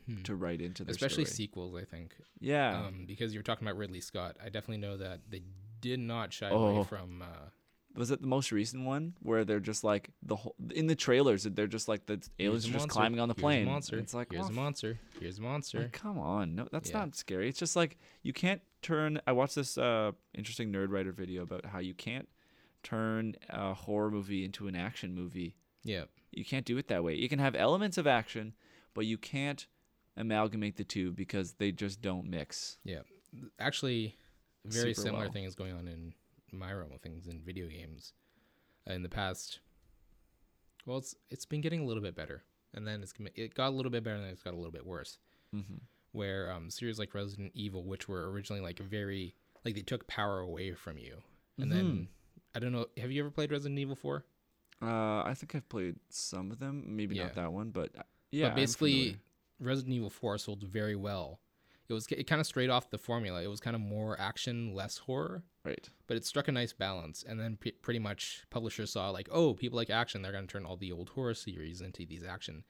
Speaker 1: Hmm.
Speaker 2: to write into their
Speaker 1: Especially
Speaker 2: story. Ah.
Speaker 1: sequels, I think,
Speaker 2: Yeah.
Speaker 1: um, because you're talking about Ridley Scott. I definitely know that they did not shy
Speaker 2: Oh.
Speaker 1: away from. Uh,
Speaker 2: was it the most recent one where they're just like the whole in the trailers they're just like the
Speaker 1: "Here's
Speaker 2: aliens are
Speaker 1: a
Speaker 2: just
Speaker 1: monster,
Speaker 2: climbing on the
Speaker 1: here's a
Speaker 2: plane. and
Speaker 1: monster.
Speaker 2: It's like
Speaker 1: here's
Speaker 2: oh,
Speaker 1: a monster. Here's a monster.
Speaker 2: Like, come on, no, that's
Speaker 1: Yeah.
Speaker 2: not scary. It's just like you can't turn. I watched this uh, interesting nerd writer video about how you can't turn a horror movie into an action movie.
Speaker 1: yeah,
Speaker 2: You can't do it that way. You can have elements of action, but you can't amalgamate the two because they just don't mix.
Speaker 1: Yeah. Th- Actually, a very
Speaker 2: Super
Speaker 1: similar
Speaker 2: well.
Speaker 1: thing is going on in my realm of things in video games. Uh, in the past, well, it's it's been getting a little bit better, and then it's gonna- it got a little bit better, and then it's got a little bit worse.
Speaker 2: Mhm.
Speaker 1: Where um, series like Resident Evil, which were originally like very like they took power away from you, and
Speaker 2: Mm-hmm.
Speaker 1: then I don't know. Have you ever played Resident Evil Four?
Speaker 2: Uh, I think I've played some of them, maybe
Speaker 1: Yeah.
Speaker 2: not that one, but uh, yeah. I'm
Speaker 1: but basically,
Speaker 2: familiar.
Speaker 1: Resident Evil Four sold very well. It was it kind of straight off the formula. It was kind of more action, less horror.
Speaker 2: right.
Speaker 1: but it struck a nice balance. And then p- pretty much publishers saw like, oh, people like action. They're going to turn all the old horror series into these action.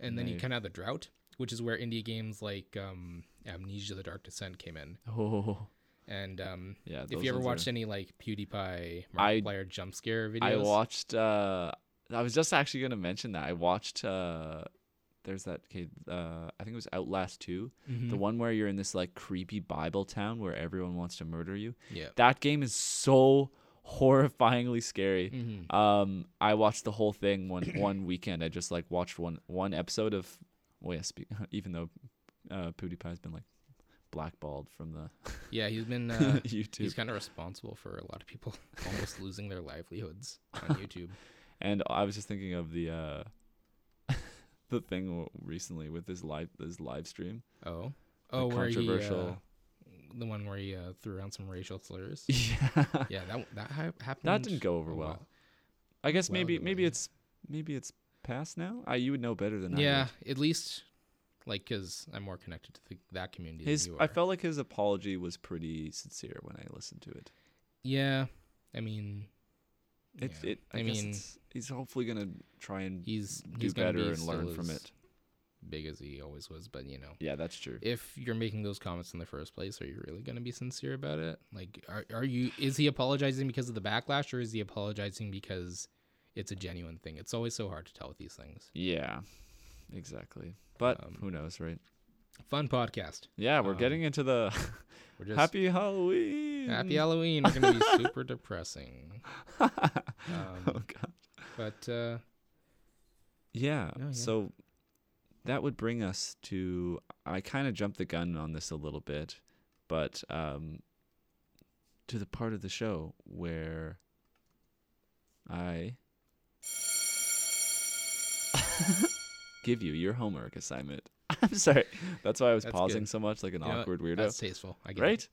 Speaker 1: And then you
Speaker 2: Right.
Speaker 1: kind of had the drought, which is where indie games like um, Amnesia: The Dark Descent came in.
Speaker 2: Oh.
Speaker 1: And um,
Speaker 2: Yeah,
Speaker 1: if
Speaker 2: those
Speaker 1: you ever
Speaker 2: ones are-
Speaker 1: watched any like PewDiePie,
Speaker 2: I-
Speaker 1: Markiplier jump scare videos,
Speaker 2: I watched. Uh, I was just actually gonna mention that I watched. Uh, there's that kid. Uh, I think it was Outlast Two, the
Speaker 1: Mhm.
Speaker 2: one where you're in this like creepy Bible town where everyone wants to murder you.
Speaker 1: yeah,
Speaker 2: That game is so horrifyingly scary.
Speaker 1: Mhm.
Speaker 2: Um, I watched the whole thing one one weekend. I just like watched one one episode of. Well, yes, be- even though uh, PewDiePie's been like blackballed from the
Speaker 1: yeah, he's been uh,
Speaker 2: YouTube.
Speaker 1: he's kind of responsible for a lot of people almost losing their livelihoods on YouTube.
Speaker 2: And I was just thinking of the uh the thing w- recently with this live this live stream.
Speaker 1: Oh, oh, where He, uh,
Speaker 2: controversial-
Speaker 1: the one where he uh, threw around some racial slurs.
Speaker 2: Yeah.
Speaker 1: yeah, that w- that ha- happened.
Speaker 2: That didn't go over
Speaker 1: a
Speaker 2: well.
Speaker 1: while-
Speaker 2: I guess
Speaker 1: Well,
Speaker 2: maybe
Speaker 1: it
Speaker 2: maybe
Speaker 1: was.
Speaker 2: it's maybe it's past now. I you would know better than I. would.
Speaker 1: Yeah, at least like because I'm more connected to the, that community
Speaker 2: His
Speaker 1: than you are.
Speaker 2: I felt like his apology was pretty sincere when I listened to it.
Speaker 1: yeah, I mean,
Speaker 2: It's
Speaker 1: yeah.
Speaker 2: it I,
Speaker 1: I
Speaker 2: guess
Speaker 1: mean-
Speaker 2: it's, he's hopefully gonna try and
Speaker 1: he's
Speaker 2: do
Speaker 1: he's gonna
Speaker 2: better
Speaker 1: be
Speaker 2: and learn
Speaker 1: still
Speaker 2: from
Speaker 1: as
Speaker 2: it.
Speaker 1: Big as he always was, but you know,
Speaker 2: Yeah, that's true.
Speaker 1: if you're making those comments in the first place, are you really gonna be sincere about it? Like, are are you? Is he apologizing because of the backlash, or is he apologizing because it's a genuine thing? It's always so hard to tell with these things.
Speaker 2: yeah. Exactly. But
Speaker 1: Um,
Speaker 2: who knows, right?
Speaker 1: Fun podcast.
Speaker 2: Yeah, we're
Speaker 1: um,
Speaker 2: getting into the
Speaker 1: We're just
Speaker 2: Happy Halloween.
Speaker 1: happy Halloween. We're gonna be super depressing.
Speaker 2: oh
Speaker 1: Um,
Speaker 2: god.
Speaker 1: but uh,
Speaker 2: Yeah.
Speaker 1: No, yeah.
Speaker 2: So that would bring us to I kind of jumped the gun on this a little bit, but um to the part of the show where I give you your homework assignment. I'm sorry. That's why I was
Speaker 1: That's good.
Speaker 2: pausing so much like an
Speaker 1: You know what?
Speaker 2: awkward
Speaker 1: that's
Speaker 2: weirdo.
Speaker 1: tasteful. I get it.
Speaker 2: Right?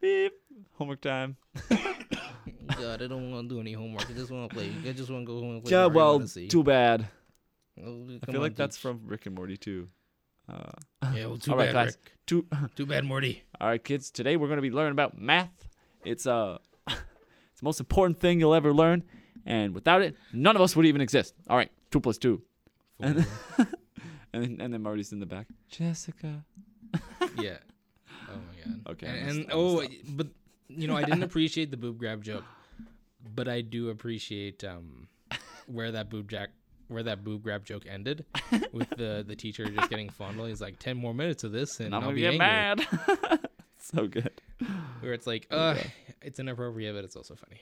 Speaker 2: Beep. Homework time.
Speaker 1: God, I don't want to do any homework. I just want to play. I just want to go home and play.
Speaker 2: Yeah,
Speaker 1: Mario
Speaker 2: well,
Speaker 1: Odyssey.
Speaker 2: too bad.
Speaker 1: Oh,
Speaker 2: I
Speaker 1: come
Speaker 2: feel
Speaker 1: on,
Speaker 2: like that's
Speaker 1: dude.
Speaker 2: from Rick and Morty too. Uh,
Speaker 1: Yeah, well, too
Speaker 2: All right,
Speaker 1: bad,
Speaker 2: class.
Speaker 1: Rick.
Speaker 2: too
Speaker 1: Too bad, Morty.
Speaker 2: All right, kids. Today we're going to be learning about math. It's uh, it's the most important thing you'll ever learn, and without it, none of us would even exist. All right, two plus two,
Speaker 1: Fool.
Speaker 2: and then, and then Marty's in the back. Jessica.
Speaker 1: yeah. Oh my god.
Speaker 2: Okay, I
Speaker 1: And,
Speaker 2: messed-
Speaker 1: and
Speaker 2: I
Speaker 1: oh,
Speaker 2: messed
Speaker 1: but you know, I didn't appreciate the boob grab joke, but I do appreciate um where that boob jack where that boob grab joke ended with the the teacher just getting fondled. He's like, ten more minutes of this, and
Speaker 2: And I'm
Speaker 1: I'll
Speaker 2: gonna
Speaker 1: be angry.
Speaker 2: get mad. so good.
Speaker 1: Where it's like, uh, it's inappropriate, but it's also funny.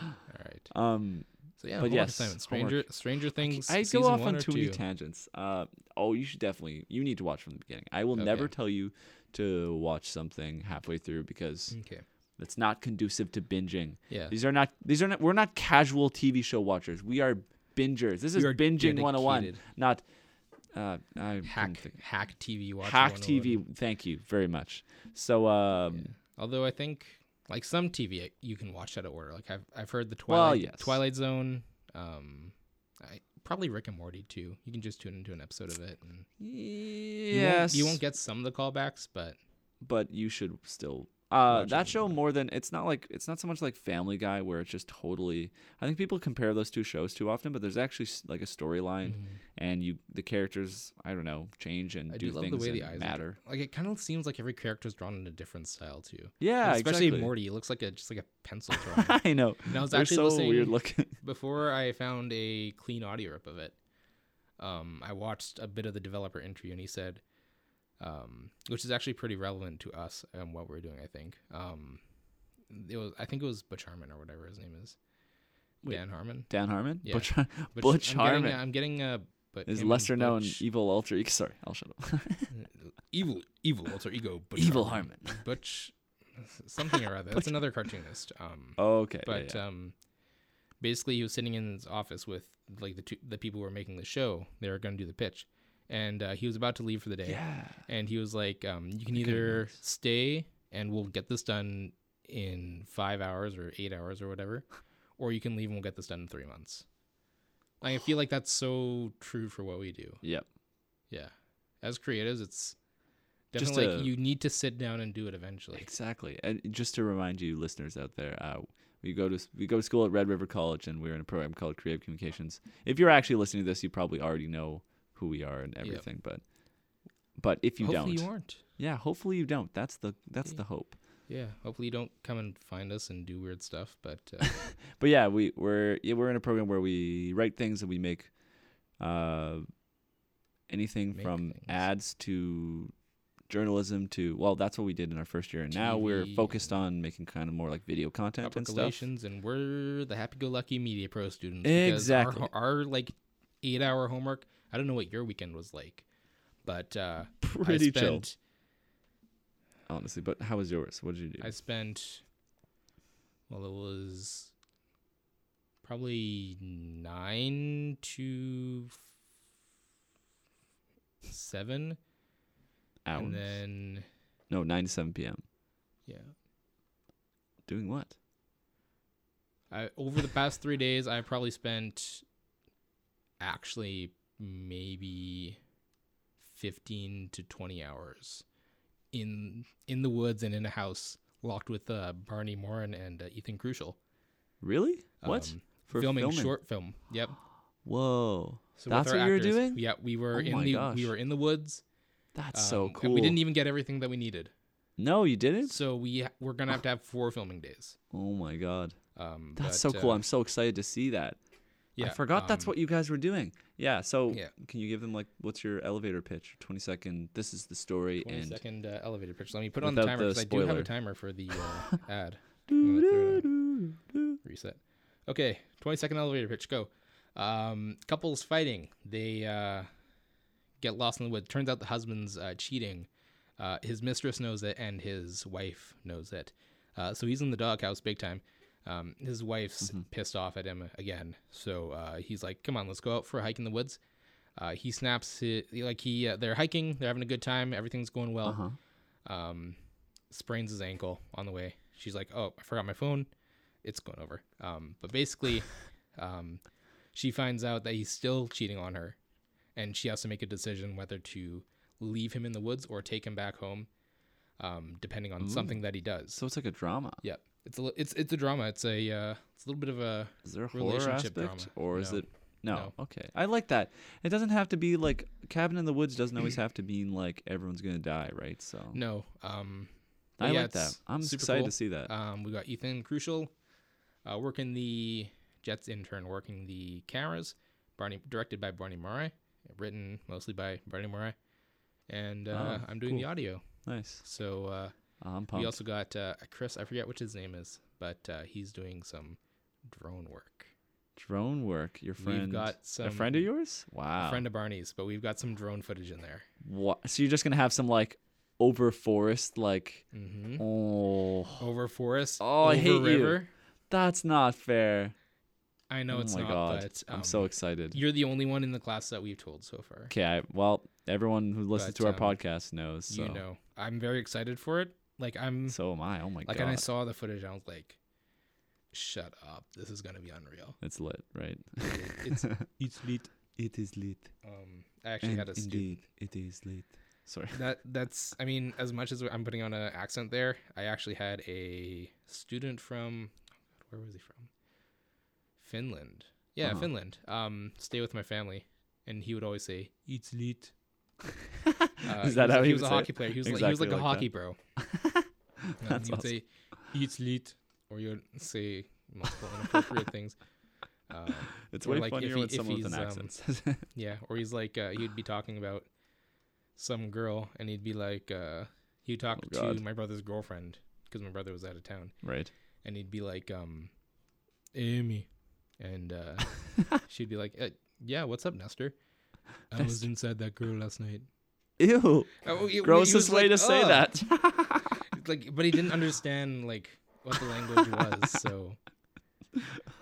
Speaker 1: All right.
Speaker 2: Um,
Speaker 1: So yeah,
Speaker 2: But
Speaker 1: homework
Speaker 2: yes,
Speaker 1: assignment.
Speaker 2: homework.
Speaker 1: Stranger Stranger Things.
Speaker 2: I
Speaker 1: season
Speaker 2: go off
Speaker 1: one
Speaker 2: on
Speaker 1: or
Speaker 2: too many
Speaker 1: two?
Speaker 2: tangents. Uh, oh, you should definitely. You need to watch from the beginning. I will never
Speaker 1: Okay.
Speaker 2: tell you to watch something halfway through because
Speaker 1: Okay.
Speaker 2: it's not conducive to binging.
Speaker 1: Yeah.
Speaker 2: These are not these are not we're not casual TV show watchers. We are bingers. This is
Speaker 1: We are
Speaker 2: binging 101,
Speaker 1: dedicated.
Speaker 2: not uh I couldn't
Speaker 1: Hack
Speaker 2: think-
Speaker 1: hack TV watch.
Speaker 2: hack
Speaker 1: 101.
Speaker 2: TV. Thank you very much. So um
Speaker 1: Although I think like some TV you can watch out of order. Like I've I've heard the Twilight
Speaker 2: yes.
Speaker 1: Twilight Zone. Um, I probably Rick and Morty too. You can just tune into an episode of it, and you
Speaker 2: yes.
Speaker 1: won't- you won't get some of the callbacks, but
Speaker 2: but you should still uh,
Speaker 1: Watch
Speaker 2: that
Speaker 1: it.
Speaker 2: show more than it's not like it's not so much like Family Guy where it's just totally. I think people compare those two shows too often, but there's actually s- like a storyline, and you the characters I don't know change and
Speaker 1: Mm-hmm. I
Speaker 2: do,
Speaker 1: do, love
Speaker 2: things
Speaker 1: the way the
Speaker 2: and
Speaker 1: eyes are-
Speaker 2: matter.
Speaker 1: Like it kind of seems like every character's drawn in a different style too.
Speaker 2: Yeah,
Speaker 1: And especially
Speaker 2: exactly.
Speaker 1: Morty, he looks like a just like a pencil drawing.
Speaker 2: I know.
Speaker 1: and I was
Speaker 2: They're
Speaker 1: actually
Speaker 2: so
Speaker 1: listening
Speaker 2: weird looking.
Speaker 1: before I found a clean audio rip of it, um, I watched a bit of the developer interview, and he said, um, which is actually pretty relevant to us and what we're doing. I think um, it was, I think it was Butch Harmon or whatever his name is,
Speaker 2: Wait.
Speaker 1: Dan Harmon.
Speaker 2: Dan Harmon?
Speaker 1: Yeah.
Speaker 2: Butch,
Speaker 1: Butch,
Speaker 2: Butch
Speaker 1: I'm getting-
Speaker 2: Harmon.
Speaker 1: I'm getting a but
Speaker 2: is
Speaker 1: him and
Speaker 2: lesser known e-,
Speaker 1: Butch-
Speaker 2: evil alter ego. Sorry, I'll shut up.
Speaker 1: evil evil alter ego Butch
Speaker 2: evil
Speaker 1: Harmon.
Speaker 2: Harmon.
Speaker 1: Butch something or other. That's another cartoonist. Um,
Speaker 2: Okay. yeah,
Speaker 1: but
Speaker 2: yeah.
Speaker 1: um, basically he was sitting in his office with like the two, the people who were making the show. They were going to do the pitch, and uh, he was about to leave for the day.
Speaker 2: yeah.
Speaker 1: And he was like, um, "You can
Speaker 2: think I
Speaker 1: either
Speaker 2: remember this.
Speaker 1: stay and we'll get this done in five hours or eight hours or whatever, or you can leave and we'll get this done in three months." Like, I feel like that's so true for what we do.
Speaker 2: Yep.
Speaker 1: Yeah, as creatives, it's
Speaker 2: Just
Speaker 1: definitely
Speaker 2: a-
Speaker 1: like you need to sit down and do it eventually.
Speaker 2: Exactly. And just to remind you, listeners out there, uh, we go to s- we go to school at Red River College, and we're in a program called Creative Communications. If you're actually listening to this, you probably already know who we are and everything. But but if you
Speaker 1: hopefully
Speaker 2: don't,
Speaker 1: you aren't.
Speaker 2: yeah, hopefully you don't. That's the that's the hope.
Speaker 1: Yeah, hopefully you don't come and find us and do weird stuff, but uh,
Speaker 2: But yeah, we we're yeah, we're in a program where we write things and we make uh anything
Speaker 1: Make
Speaker 2: from
Speaker 1: things.
Speaker 2: ads to journalism to well, that's what we did in our first year, and now we're
Speaker 1: TV
Speaker 2: focused on making kind of more like video content
Speaker 1: upper
Speaker 2: and stuff.
Speaker 1: Galatians and we're the happy-go-lucky media pro students. because our
Speaker 2: Exactly.
Speaker 1: ho- Our, like eight-hour homework. I don't know what your weekend was like, but uh,
Speaker 2: Pretty
Speaker 1: I spent
Speaker 2: chill, honestly. But how was yours? What did you do?
Speaker 1: I spent well, it was probably nine to f- seven,
Speaker 2: Hours?
Speaker 1: and then
Speaker 2: No, nine to seven p.m.
Speaker 1: yeah.
Speaker 2: Doing what?
Speaker 1: I, over the past three days, I probably spent actually maybe fifteen to twenty hours in in the woods and in a house locked with uh, Barney Morin and uh, Ethan Crucial.
Speaker 2: Really? What?
Speaker 1: um,
Speaker 2: For
Speaker 1: filming,
Speaker 2: filming?
Speaker 1: short film? Yep.
Speaker 2: Whoa,
Speaker 1: So with
Speaker 2: that's
Speaker 1: our
Speaker 2: what you were
Speaker 1: actors-
Speaker 2: doing.
Speaker 1: Yeah, we were
Speaker 2: Oh
Speaker 1: in
Speaker 2: my
Speaker 1: the
Speaker 2: gosh.
Speaker 1: we were in the woods.
Speaker 2: That's so
Speaker 1: um,
Speaker 2: cool.
Speaker 1: and we didn't e even get everything that we needed,
Speaker 2: No, you didn't.
Speaker 1: so we ha- we're gonna have to have four filming days.
Speaker 2: Oh my god,
Speaker 1: Um,
Speaker 2: that's
Speaker 1: but,
Speaker 2: so cool.
Speaker 1: uh,
Speaker 2: I'm so excited to see that. I forgot that's
Speaker 1: um,
Speaker 2: what you guys were doing. Yeah. So
Speaker 1: Yeah.
Speaker 2: can you give them like what's your elevator pitch? Twenty second. This is the story
Speaker 1: 20
Speaker 2: and
Speaker 1: second uh, elevator pitch. Let me put on the
Speaker 2: Without
Speaker 1: timer
Speaker 2: the
Speaker 1: because I do have a
Speaker 2: spoiler.
Speaker 1: timer for the uh, ad. I'm gonna throw it on. Reset. Okay, 20 second elevator pitch. Go. Um, couples fighting. They uh, get lost in the wood. Turns out the husband's uh, cheating. Uh, his mistress knows it, and his wife knows it. Uh, so he's in the doghouse big time. Um, his wife's
Speaker 2: Mm-hmm.
Speaker 1: pissed off at him again. So uh, he's like, "Come on, let's go out for a hike in the woods." Uh, he snaps it like he uh, they're hiking, they're having a good time, everything's going well.
Speaker 2: Uh-huh.
Speaker 1: Um, sprains his ankle on the way. She's like, "Oh, I forgot my phone. It's going over." Um, but basically, um, she finds out that he's still cheating on her, and she has to make a decision whether to leave him in the woods or take him back home, um, depending on something that he does.
Speaker 2: so it's like a drama.
Speaker 1: yeah, it's a li- it's it's a drama. It's a uh, it's a little bit of a
Speaker 2: Is there a horror
Speaker 1: Relationship
Speaker 2: aspect
Speaker 1: drama.
Speaker 2: or is
Speaker 1: No.
Speaker 2: it no.
Speaker 1: No.
Speaker 2: Okay. I like that. It doesn't have to be like Cabin in the Woods doesn't always have to mean like everyone's gonna die, right? So
Speaker 1: no. Um, but
Speaker 2: I
Speaker 1: yeah,
Speaker 2: like that.
Speaker 1: it's
Speaker 2: I'm
Speaker 1: super
Speaker 2: excited
Speaker 1: cool.
Speaker 2: to see that.
Speaker 1: Um, we got Ethan Crucial uh, working the Jets intern, working the cameras. Barney directed by Barney Murray, written mostly by Barney Murray, and uh,
Speaker 2: Oh,
Speaker 1: I'm doing the
Speaker 2: cool.
Speaker 1: audio.
Speaker 2: nice.
Speaker 1: So uh,
Speaker 2: I'm pumped.
Speaker 1: we also got uh, Chris. I forget what his name is, but uh, he's doing some drone work.
Speaker 2: Drone work. Your friend.
Speaker 1: We've got some
Speaker 2: a friend of yours? Wow.
Speaker 1: a friend of Barney's, but we've got some drone footage in there.
Speaker 2: Wha- So you're just gonna have some like over forest like
Speaker 1: hmm
Speaker 2: oh
Speaker 1: Over forest.
Speaker 2: Oh,
Speaker 1: over
Speaker 2: I hate you.
Speaker 1: river.
Speaker 2: that's not fair.
Speaker 1: I know
Speaker 2: oh
Speaker 1: it's
Speaker 2: my
Speaker 1: not,
Speaker 2: god,
Speaker 1: but um,
Speaker 2: I'm so excited.
Speaker 1: you're the only one in the class that we've told so far.
Speaker 2: Okay, I, well everyone who listens
Speaker 1: But,
Speaker 2: to our
Speaker 1: um,
Speaker 2: podcast knows. So
Speaker 1: You know, I'm very excited for it. Like I'm
Speaker 2: so am I. Oh my
Speaker 1: like,
Speaker 2: god,
Speaker 1: and I saw the footage. I was like, shut up, this is gonna be unreal.
Speaker 2: it's lit, right?
Speaker 1: It's
Speaker 2: it's lit. It is lit.
Speaker 1: um, I actually had a student.
Speaker 2: indeed, it is lit. Sorry.
Speaker 1: That that's I mean, as much as I'm putting on an accent there, I actually had a student from where was he from? Finland. Yeah,
Speaker 2: Uh-huh.
Speaker 1: Finland. Um, stay with my family, and he would always say, "It's lit." Uh,
Speaker 2: is that how
Speaker 1: he
Speaker 2: he
Speaker 1: was,
Speaker 2: would
Speaker 1: a
Speaker 2: say it?
Speaker 1: hockey player? He was like, he was
Speaker 2: Exactly
Speaker 1: like a
Speaker 2: like that.
Speaker 1: hockey bro. Um,
Speaker 2: That's
Speaker 1: he would
Speaker 2: awesome.
Speaker 1: say, "It's lit," or you would say multiple inappropriate things. Um,
Speaker 2: It's
Speaker 1: Or,
Speaker 2: way
Speaker 1: like, if
Speaker 2: funnier
Speaker 1: he-
Speaker 2: when
Speaker 1: if
Speaker 2: someone with an
Speaker 1: he's, um,
Speaker 2: accent says it.
Speaker 1: yeah, or he's like, uh, he'd be talking about some girl, and he'd be like, uh, he would talk
Speaker 2: Oh,
Speaker 1: to
Speaker 2: God.
Speaker 1: my brother's girlfriend because my brother was out of town,
Speaker 2: right.
Speaker 1: and he'd be like, um, Amy, and uh, she'd be like, uh, Yeah, what's up, Nestor? I was
Speaker 2: Nestor.
Speaker 1: inside that girl last night.
Speaker 2: Ew.
Speaker 1: Oh, it- he was
Speaker 2: Grossest way
Speaker 1: like,
Speaker 2: to say
Speaker 1: "Ugh."
Speaker 2: that.
Speaker 1: like but he didn't understand like what the language was so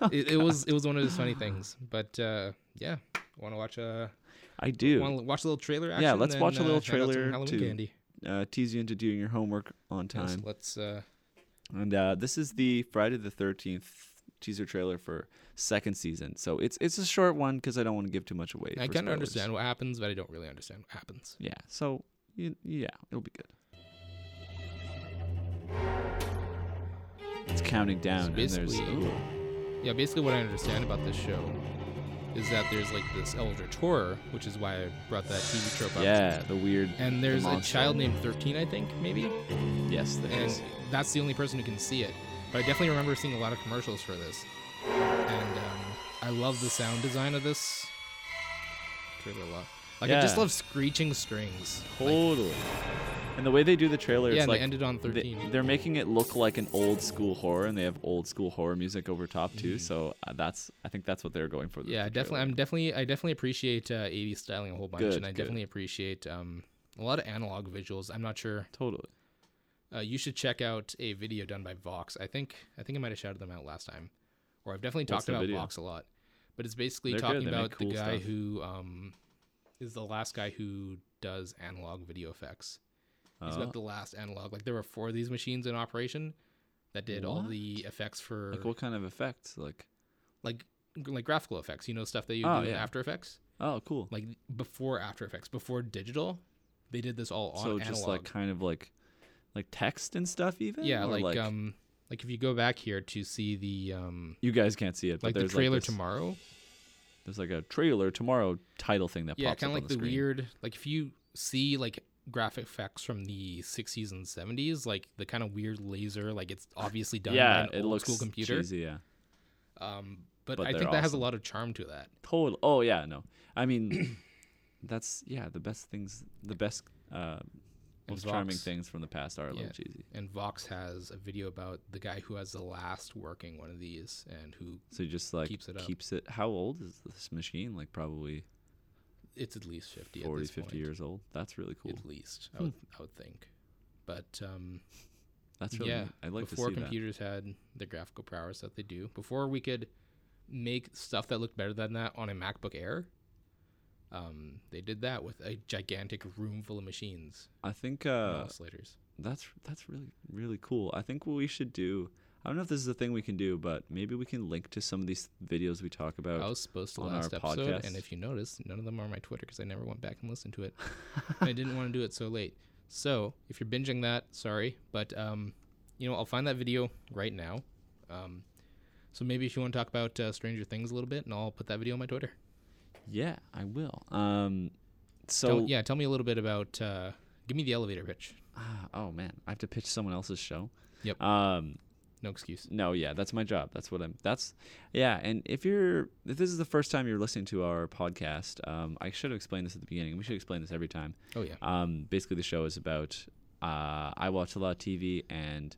Speaker 2: Oh,
Speaker 1: it, it was it was one of those funny things but uh yeah want to watch uh, a
Speaker 2: I do.
Speaker 1: want to watch a little trailer action,
Speaker 2: Yeah, let's
Speaker 1: then,
Speaker 2: watch a
Speaker 1: uh,
Speaker 2: little
Speaker 1: hand out some
Speaker 2: trailer
Speaker 1: Halloween
Speaker 2: to
Speaker 1: candy
Speaker 2: uh, tease you into doing your homework on
Speaker 1: Yes,
Speaker 2: time.
Speaker 1: let's uh
Speaker 2: And uh, this is the Friday the Thirteenth teaser trailer for second season. So it's it's a short one because I don't want to give too much away.
Speaker 1: i
Speaker 2: for
Speaker 1: kind of
Speaker 2: spoilers.
Speaker 1: understand what happens but i don't really understand what happens
Speaker 2: Yeah. So you, yeah, it'll be good. It's counting down, and there's
Speaker 1: basically-
Speaker 2: ooh,
Speaker 1: yeah basically what i understand about this show is that there's like this eldritch horror which is why i brought that tv trope up
Speaker 2: yeah, the weird
Speaker 1: and there's a
Speaker 2: monster.
Speaker 1: child named 13 i think maybe
Speaker 2: Yes, there
Speaker 1: and
Speaker 2: is.
Speaker 1: that's the only person who can see it. But I definitely remember seeing a lot of commercials for this, and um, I love the sound design of this trailer a lot. Like I just
Speaker 2: Yeah.
Speaker 1: love screeching strings. Like,
Speaker 2: Totally. And the way they do the trailer,
Speaker 1: yeah,
Speaker 2: it's
Speaker 1: and
Speaker 2: like
Speaker 1: they ended on
Speaker 2: They,
Speaker 1: thirteen.
Speaker 2: they're making it look like an old school horror, and they have old school horror music over top too. So uh, that's I think that's what they're going for. with
Speaker 1: Mm-hmm. yeah,
Speaker 2: the
Speaker 1: definitely. I'm definitely. I definitely appreciate uh, 80s styling a whole bunch,
Speaker 2: Good,
Speaker 1: and I
Speaker 2: good.
Speaker 1: definitely appreciate um, a lot of analog visuals. I'm not sure.
Speaker 2: trailer. totally.
Speaker 1: Uh, you should check out a video done by Vox. I think. I think I might have shouted them out last time, or I've definitely
Speaker 2: What's
Speaker 1: talked
Speaker 2: the
Speaker 1: about
Speaker 2: video?
Speaker 1: Vox a lot. But it's basically
Speaker 2: They're good,
Speaker 1: talking
Speaker 2: they make
Speaker 1: about
Speaker 2: cool
Speaker 1: the guy
Speaker 2: stuff.
Speaker 1: who um, is the last guy who does analog video effects. He's
Speaker 2: Uh,
Speaker 1: about the last analog. Like there were four of these machines in operation that did all
Speaker 2: What?
Speaker 1: the effects for
Speaker 2: like what kind of effects? Like
Speaker 1: like like graphical effects. You know stuff that you
Speaker 2: Oh,
Speaker 1: do in
Speaker 2: yeah.
Speaker 1: After Effects,
Speaker 2: oh, cool.
Speaker 1: like before After Effects, before digital. They did this all on
Speaker 2: so
Speaker 1: analog.
Speaker 2: just like kind of like like text and stuff even.
Speaker 1: yeah,
Speaker 2: Or,
Speaker 1: like, um, like if you go back here to see the um,
Speaker 2: you guys can't see it, but
Speaker 1: like the
Speaker 2: there's
Speaker 1: trailer
Speaker 2: like this,
Speaker 1: tomorrow.
Speaker 2: There's like a trailer tomorrow title thing that
Speaker 1: Yeah,
Speaker 2: pops
Speaker 1: kind
Speaker 2: up
Speaker 1: of
Speaker 2: on
Speaker 1: like
Speaker 2: the
Speaker 1: the,
Speaker 2: screen.
Speaker 1: weird, like if you see like graphic effects from the 60s and 70s, like the kind of weird laser, like it's obviously done
Speaker 2: yeah,
Speaker 1: by an
Speaker 2: it
Speaker 1: old
Speaker 2: looks
Speaker 1: school computer.
Speaker 2: cheesy. Yeah,
Speaker 1: Um, But,
Speaker 2: But
Speaker 1: I think
Speaker 2: they're
Speaker 1: that has a
Speaker 2: awesome.
Speaker 1: lot of charm to that.
Speaker 2: Total. Oh yeah, no. I mean, that's yeah. The best things, the best, uh, most charming
Speaker 1: Vox.
Speaker 2: things from the past are a
Speaker 1: Yeah.
Speaker 2: little cheesy.
Speaker 1: And Vox has a video about the guy who has the last working one of these and who
Speaker 2: So you just like
Speaker 1: Keeps it up.
Speaker 2: How old is this machine? Like probably
Speaker 1: it's at least 50 at
Speaker 2: 40,
Speaker 1: this
Speaker 2: 50
Speaker 1: point.
Speaker 2: years old. That's really cool.
Speaker 1: At least, I would, I would think. But um,
Speaker 2: That's really.
Speaker 1: yeah,
Speaker 2: neat. I'd like
Speaker 1: before
Speaker 2: to see
Speaker 1: computers had the graphical powers that they do, before we could make stuff that looked better than that on a MacBook Air, um, they did that with a gigantic room full of machines
Speaker 2: that. I think
Speaker 1: and
Speaker 2: uh,
Speaker 1: oscillators.
Speaker 2: that's that's really really cool. I think what we should do. I don't know if this is a thing we can do, but maybe we can link to some of these videos we talk about.
Speaker 1: I was supposed to
Speaker 2: on
Speaker 1: last
Speaker 2: our
Speaker 1: episode, and
Speaker 2: podcast.
Speaker 1: if you notice, none of them are on my Twitter because I never went back and listened to it. and I didn't want to do it so late. So if you're binging that, sorry, but um, you know I'll find that video right now. Um, so maybe if you want to talk about uh, Stranger Things a little bit, and I'll put that video on my Twitter.
Speaker 2: yeah, I will. Um, so
Speaker 1: Tell- yeah, tell me a little bit about. Uh, give me the elevator pitch.
Speaker 2: Ah, oh man, I have to pitch someone else's show.
Speaker 1: Yep.
Speaker 2: Um,
Speaker 1: No excuse.
Speaker 2: no, yeah, that's my job. That's what I'm. That's yeah. And if you're, if this is the first time you're listening to our podcast, um, I should have explained this at the beginning. We should explain this every time.
Speaker 1: Oh yeah,
Speaker 2: Um, basically, the show is about uh, I watch a lot of TV and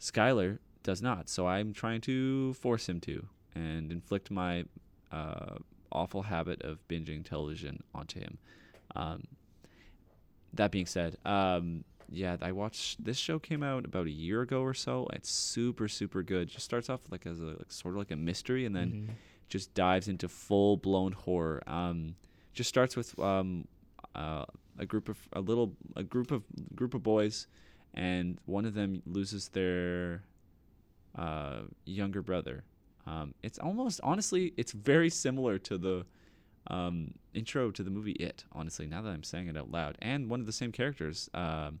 Speaker 2: Skylar does not. So I'm trying to force him to and inflict my uh, awful habit of binging television onto him. Um, that being said, um, yeah, I watched this show came out about a year ago or so. It's super super good. Just starts off like as a like, sort of like a mystery and then just dives into full blown horror. Um, just starts with um, uh, a group of a little a group of group of boys, and one of them loses their uh, younger brother. Um, it's almost honestly, it's very similar to the um, intro to the movie It. Honestly, now that I'm saying it out loud, and one of the same characters, um,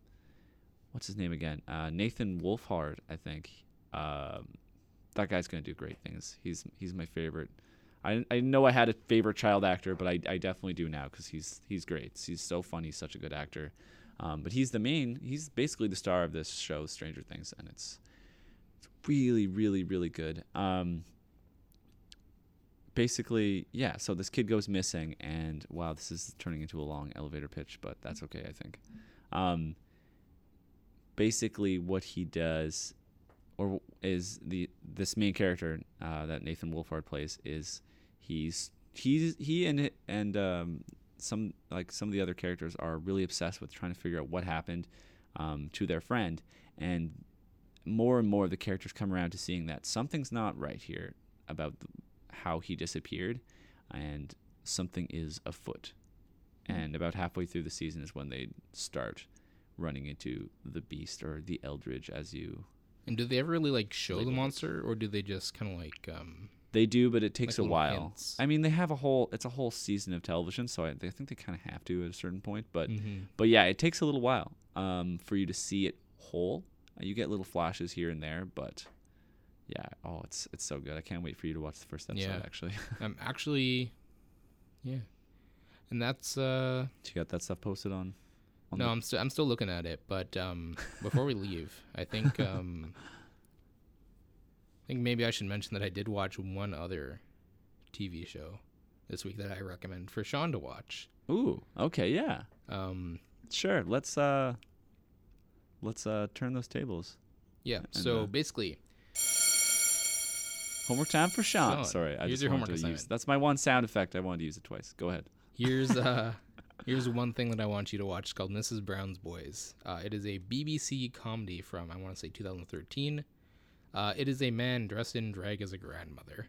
Speaker 2: what's his name again? Uh, Nathan Wolfhard, I think. Um, that guy's gonna do great things. He's he's my favorite. I, I know I had a favorite child actor, but I, I definitely do now because he's he's great. He's so funny. He's such a good actor. Um, but he's the main. He's basically the star of this show, Stranger Things, and it's it's really really really good. Um, basically, yeah. So this kid goes missing, and wow, this is turning into a long elevator pitch, but that's okay, I think. Um, basically, what he does or is the this main character uh, that Nathan Wolfhard plays is he's he's he and it- and um, some like some of the other characters are really obsessed with trying to figure out what happened um, to their friend and more and more of the characters come around to seeing that something's not right here about the, how he disappeared and something is afoot and about halfway through the season is when they start running into the beast or the eldridge as you
Speaker 1: And do they ever really like show the
Speaker 2: Labeled it.
Speaker 1: monster, or do they just kind of like? Um,
Speaker 2: They do, but it takes
Speaker 1: Like
Speaker 2: a
Speaker 1: little
Speaker 2: while.
Speaker 1: hints.
Speaker 2: I mean, they have a whole it's a whole season of television, so I, I think they kind of have to at a certain point. But
Speaker 1: mhm.
Speaker 2: but yeah, it takes a little while um, for you to see it whole. Uh, You get little flashes here and there, but yeah, oh, it's it's so good. I can't wait for you to watch the first episode.
Speaker 1: Yeah.
Speaker 2: Actually,
Speaker 1: I'm Um, actually, yeah, and that's uh.
Speaker 2: you got that stuff posted on. on
Speaker 1: No,
Speaker 2: the-
Speaker 1: I'm still I'm still looking at it, but um, before we leave, I think um, I think maybe I should mention that I did watch one other TV show this week that I recommend for Sean to watch.
Speaker 2: Ooh, okay, yeah,
Speaker 1: Um,
Speaker 2: sure. Let's uh, let's uh, turn those tables.
Speaker 1: yeah,
Speaker 2: And,
Speaker 1: so
Speaker 2: uh,
Speaker 1: basically,
Speaker 2: Homework time for Sean.
Speaker 1: Sean,
Speaker 2: Sorry, I
Speaker 1: here's
Speaker 2: just
Speaker 1: your
Speaker 2: wanted
Speaker 1: homework
Speaker 2: to use
Speaker 1: assignment.
Speaker 2: that's my one sound effect. I wanted to use it twice. Go ahead.
Speaker 1: here's uh, here's one thing that I want you to watch. It's called Mrs. Brown's Boys. Uh, it is a BBC comedy from I want to say 2013. Uh, it is a man dressed in drag as a grandmother,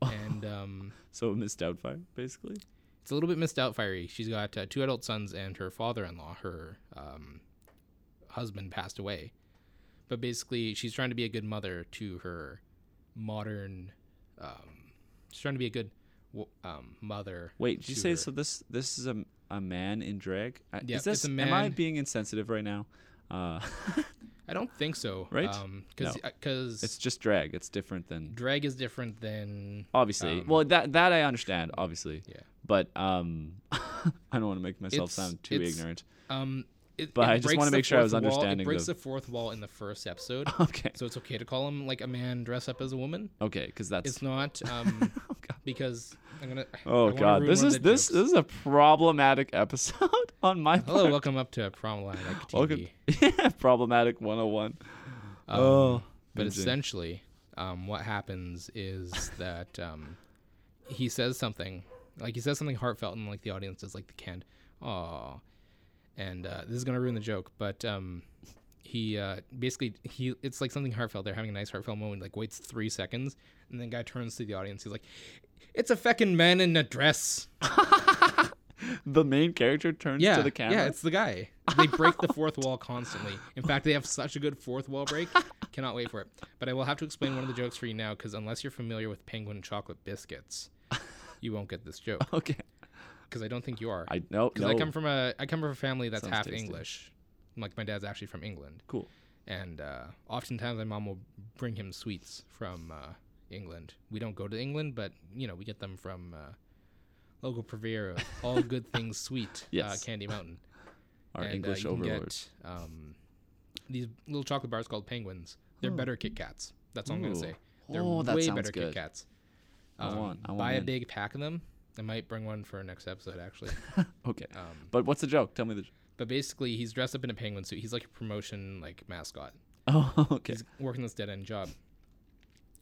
Speaker 1: and um.
Speaker 2: So Miss Doubtfire, basically.
Speaker 1: it's a little bit Miss Doubtfire. She's got uh, two adult sons, and her father-in-law, her um, husband, passed away. But basically, she's trying to be a good mother to her modern. Um, she's trying to be a good w- um, mother.
Speaker 2: Wait, did you
Speaker 1: to
Speaker 2: say
Speaker 1: her.
Speaker 2: so? This this is a a man in drag. I-
Speaker 1: Yeah,
Speaker 2: is
Speaker 1: it's
Speaker 2: this,
Speaker 1: a
Speaker 2: Am I
Speaker 1: man-
Speaker 2: being insensitive right now? Uh,
Speaker 1: I don't think so. um,
Speaker 2: Right?
Speaker 1: Because
Speaker 2: No. it's just drag. It's different than
Speaker 1: drag is different than.
Speaker 2: obviously.
Speaker 1: Um,
Speaker 2: well, that that I understand, obviously.
Speaker 1: Yeah.
Speaker 2: But um, I don't want to make myself
Speaker 1: It's-
Speaker 2: sound too
Speaker 1: it's-
Speaker 2: ignorant.
Speaker 1: Um, It,
Speaker 2: But
Speaker 1: it
Speaker 2: I just
Speaker 1: breaks
Speaker 2: wanna
Speaker 1: the
Speaker 2: make sure I
Speaker 1: fourth wall-
Speaker 2: was understanding
Speaker 1: It breaks
Speaker 2: the-
Speaker 1: the fourth wall in the first episode,
Speaker 2: Okay.
Speaker 1: so it's okay to call him like a man dressed up as a woman.
Speaker 2: Okay, because that's
Speaker 1: It's not um,
Speaker 2: Oh, God.
Speaker 1: because I'm gonna. I
Speaker 2: Oh
Speaker 1: wanna
Speaker 2: god,
Speaker 1: ruin
Speaker 2: this
Speaker 1: one of
Speaker 2: is
Speaker 1: the
Speaker 2: this
Speaker 1: jokes.
Speaker 2: this is a problematic episode on my part.
Speaker 1: Hello, welcome up to problematic TV.
Speaker 2: Welcome- yeah, problematic 101.
Speaker 1: Um,
Speaker 2: oh,
Speaker 1: But
Speaker 2: binging.
Speaker 1: essentially, um, what happens is that um, he says something, like he says something heartfelt, and like the audience is like the canned, "Aw," and uh, this is gonna ruin the joke. But um, he uh, basically he it's like something heartfelt. They're having a nice heartfelt moment. Like waits three seconds, and then guy turns to the audience. He's like, "It's a feckin' man in a dress."
Speaker 2: the main character turns
Speaker 1: Yeah,
Speaker 2: to the camera.
Speaker 1: yeah, it's the guy. They break the fourth wall constantly. In fact, they have such a good fourth wall break. Cannot wait for it. But I will have to explain one of the jokes for you now, because unless you're familiar with penguin chocolate biscuits, you won't get this joke.
Speaker 2: okay.
Speaker 1: Because I don't think you are.
Speaker 2: I no,
Speaker 1: Because
Speaker 2: no.
Speaker 1: I come from a I come from a family that's
Speaker 2: Sounds
Speaker 1: half
Speaker 2: tasty.
Speaker 1: English. Like my dad's actually from England,
Speaker 2: cool.
Speaker 1: and uh, oftentimes my mom will bring him sweets from uh, England. We don't go to England, but you know we get them from uh, local purveyor of all good things sweet,
Speaker 2: Yes.
Speaker 1: uh, Candy Mountain
Speaker 2: Our
Speaker 1: and, uh,
Speaker 2: English
Speaker 1: you can
Speaker 2: overlord.
Speaker 1: get, um, these little chocolate bars called penguins. They're better Kit Kats. That's all I'm gonna
Speaker 2: Ooh.
Speaker 1: say. They're
Speaker 2: Oh, that
Speaker 1: way
Speaker 2: sounds
Speaker 1: better
Speaker 2: good.
Speaker 1: Kit Kats. Um,
Speaker 2: I want- I
Speaker 1: buy
Speaker 2: want
Speaker 1: a
Speaker 2: in.
Speaker 1: big pack of them. I might bring one for next episode actually.
Speaker 2: Okay.
Speaker 1: Um,
Speaker 2: But what's the joke? Tell me the j-
Speaker 1: but basically, he's dressed up in a penguin suit. He's like a promotion like mascot.
Speaker 2: Oh, okay.
Speaker 1: He's working this dead end job.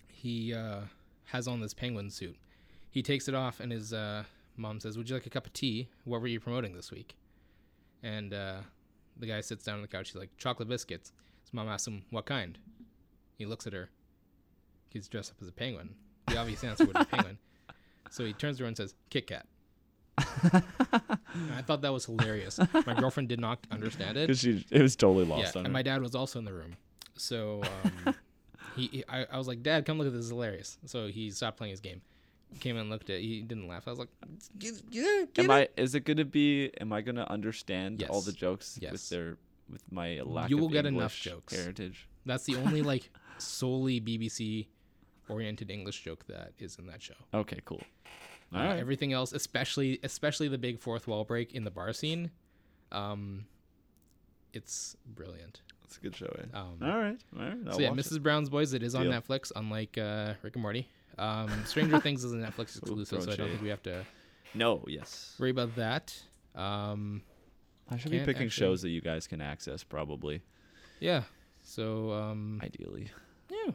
Speaker 1: He uh, has on this penguin suit. He takes it off, and his uh, mom says, "Would you like a cup of tea? What were you promoting this week?" And uh, the guy sits down on the couch. He's like, "Chocolate biscuits." His mom asks him, "What kind?" He looks at her. He's dressed up as a penguin. The obvious answer would be penguin. So he turns around and says, "Kit Kat." And I thought that was hilarious. My girlfriend did not understand it.
Speaker 2: Because she it was totally lost
Speaker 1: Yeah, and
Speaker 2: on her.
Speaker 1: my dad was also in the room. So um, he, he I, I was like, Dad, come look at this. It's hilarious. So he stopped playing his game, came and looked at. it. He didn't laugh. I was like, "Get- get- get
Speaker 2: am
Speaker 1: it."
Speaker 2: I is it gonna be am I gonna understand all
Speaker 1: Yes.
Speaker 2: the jokes
Speaker 1: Yes.
Speaker 2: with their with my lack
Speaker 1: You
Speaker 2: of
Speaker 1: will get enough
Speaker 2: English
Speaker 1: jokes.
Speaker 2: heritage?
Speaker 1: That's the only like solely BBC oriented English joke that is in that show.
Speaker 2: Okay, cool.
Speaker 1: Uh,
Speaker 2: All right.
Speaker 1: Everything else, especially especially the big fourth wall break in the bar scene, um, it's brilliant.
Speaker 2: That's a good show, eh?
Speaker 1: Um,
Speaker 2: all right. All right. I'll
Speaker 1: So yeah,
Speaker 2: watch it.
Speaker 1: Mrs. Brown's Boys. It is on
Speaker 2: Deal.
Speaker 1: Netflix, unlike uh, Rick and Morty. Um, Stranger Things is a Netflix exclusive,
Speaker 2: throwing
Speaker 1: so I don't
Speaker 2: shade.
Speaker 1: think we have to
Speaker 2: No, yes.
Speaker 1: worry about that. Um,
Speaker 2: I should be
Speaker 1: Can't
Speaker 2: picking
Speaker 1: actually-
Speaker 2: shows that you guys can access, probably,
Speaker 1: yeah. So um,
Speaker 2: ideally.
Speaker 1: yeah,
Speaker 2: Hmm.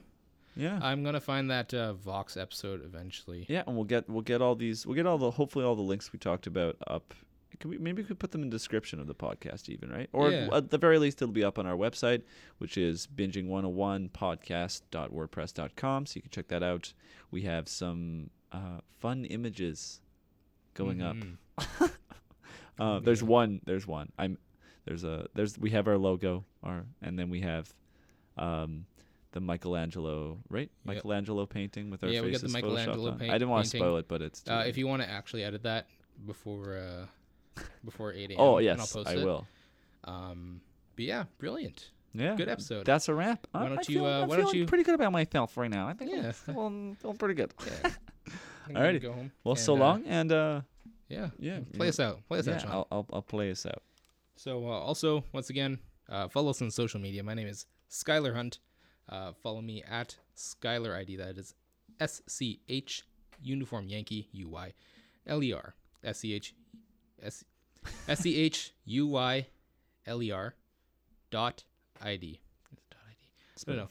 Speaker 2: Yeah.
Speaker 1: I'm gonna find that uh, Vox episode eventually.
Speaker 2: yeah, and we'll get we'll get all these we'll get all the hopefully all the links we talked about up. Can we maybe we could put them in description of the podcast even right, or
Speaker 1: Yeah.
Speaker 2: at the very least it'll be up on our website, which is binging101podcast.wordpress.com. So you can check that out. We have some uh, fun images going up.
Speaker 1: Mhm. Oh,
Speaker 2: Uh, there's one. There's one. I'm. There's a. There's. We have our logo. Our and then we have, um, the Michelangelo. Right.
Speaker 1: Yep.
Speaker 2: Michelangelo painting with our
Speaker 1: Yeah, we got
Speaker 2: faces
Speaker 1: the
Speaker 2: photoshopped
Speaker 1: Michelangelo
Speaker 2: on.
Speaker 1: paint-
Speaker 2: I didn't want to
Speaker 1: painting.
Speaker 2: spoil it, but it's. too
Speaker 1: Uh,
Speaker 2: late.
Speaker 1: if you want to actually edit that before uh, before 8 a.m.
Speaker 2: oh
Speaker 1: and I'll
Speaker 2: yes,
Speaker 1: post
Speaker 2: I
Speaker 1: it.
Speaker 2: will.
Speaker 1: Um, but yeah, brilliant.
Speaker 2: Yeah.
Speaker 1: Good episode.
Speaker 2: That's a wrap. I-
Speaker 1: Why
Speaker 2: I
Speaker 1: don't you,
Speaker 2: feel-
Speaker 1: uh,
Speaker 2: I'm
Speaker 1: why don't
Speaker 2: feeling
Speaker 1: you-
Speaker 2: Pretty good about myself right now. I think.
Speaker 1: Yeah.
Speaker 2: I'm feeling, feeling pretty good.
Speaker 1: Yeah. I think I'm gonna
Speaker 2: Alrighty.
Speaker 1: Go home
Speaker 2: Well, so
Speaker 1: and, uh,
Speaker 2: long, and uh,
Speaker 1: yeah.
Speaker 2: yeah,
Speaker 1: Play
Speaker 2: yeah.
Speaker 1: us out. Play us
Speaker 2: yeah,
Speaker 1: out, Sean.
Speaker 2: I'll, I'll I'll play us out.
Speaker 1: So, uh, also, once again, uh, follow us on social media. My name is Skylar Hunt. Uh, follow me at Skylar ID. That is S C H Uniform Yankee U Y L E R S C H S S C H U Y L E R dot ID. Is it dot ID? I don't know. Y-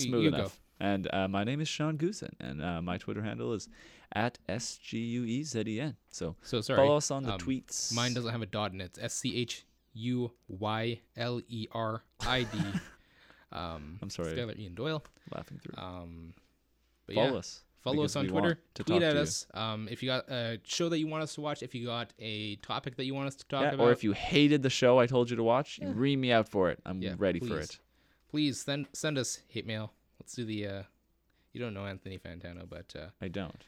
Speaker 2: smooth
Speaker 1: you
Speaker 2: enough. And uh, my name is Sean Goosen, and uh, my Twitter handle is at s g u e z e n. So
Speaker 1: So sorry.
Speaker 2: follow us on the
Speaker 1: um,
Speaker 2: tweets.
Speaker 1: Mine doesn't have a dot in it. It's S C H U Y L E R I D. Um,
Speaker 2: I'm sorry.
Speaker 1: Skylar Ian Doyle.
Speaker 2: laughing through.
Speaker 1: Um, but
Speaker 2: follow
Speaker 1: yeah.
Speaker 2: us.
Speaker 1: Follow
Speaker 2: because
Speaker 1: us on
Speaker 2: we want
Speaker 1: Twitter.
Speaker 2: to
Speaker 1: tweet
Speaker 2: talk
Speaker 1: at
Speaker 2: to you.
Speaker 1: us. Um, if you got a show that you want us to watch, if you got a topic that you want us to talk
Speaker 2: Yeah,
Speaker 1: about,
Speaker 2: or if you hated the show I told you to watch, you ream me out for it. I'm
Speaker 1: Yeah,
Speaker 2: ready for
Speaker 1: please.
Speaker 2: it.
Speaker 1: please send send us hate mail. Let's do the. Uh, you don't know Anthony Fantano, but uh,
Speaker 2: I don't.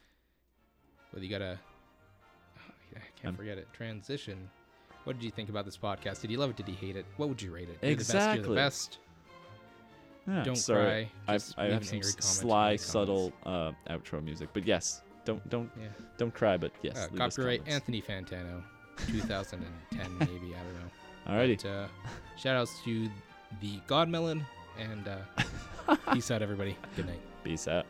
Speaker 1: whether you got a, oh, I
Speaker 2: Um,
Speaker 1: can't forget it. Transition. What did you think about this podcast? Did you love it? Did you hate it? What would you rate it? You're
Speaker 2: Exactly.
Speaker 1: The best,
Speaker 2: Yeah,
Speaker 1: Don't
Speaker 2: sorry.
Speaker 1: cry,
Speaker 2: I,
Speaker 1: just
Speaker 2: I
Speaker 1: leave
Speaker 2: have
Speaker 1: an
Speaker 2: some
Speaker 1: angry comment in
Speaker 2: sly,
Speaker 1: the comments.
Speaker 2: subtle uh, outro music, but yes, don't don't
Speaker 1: You're the best.
Speaker 2: don't cry, but yes.
Speaker 1: Yeah. Uh,
Speaker 2: leave us
Speaker 1: copyright
Speaker 2: comments.
Speaker 1: Anthony Fantano, 2010 maybe. I don't know.
Speaker 2: Alrighty.
Speaker 1: But, uh, shout outs to the Godmelon, and uh, peace out, everybody. Good night.
Speaker 2: Peace out.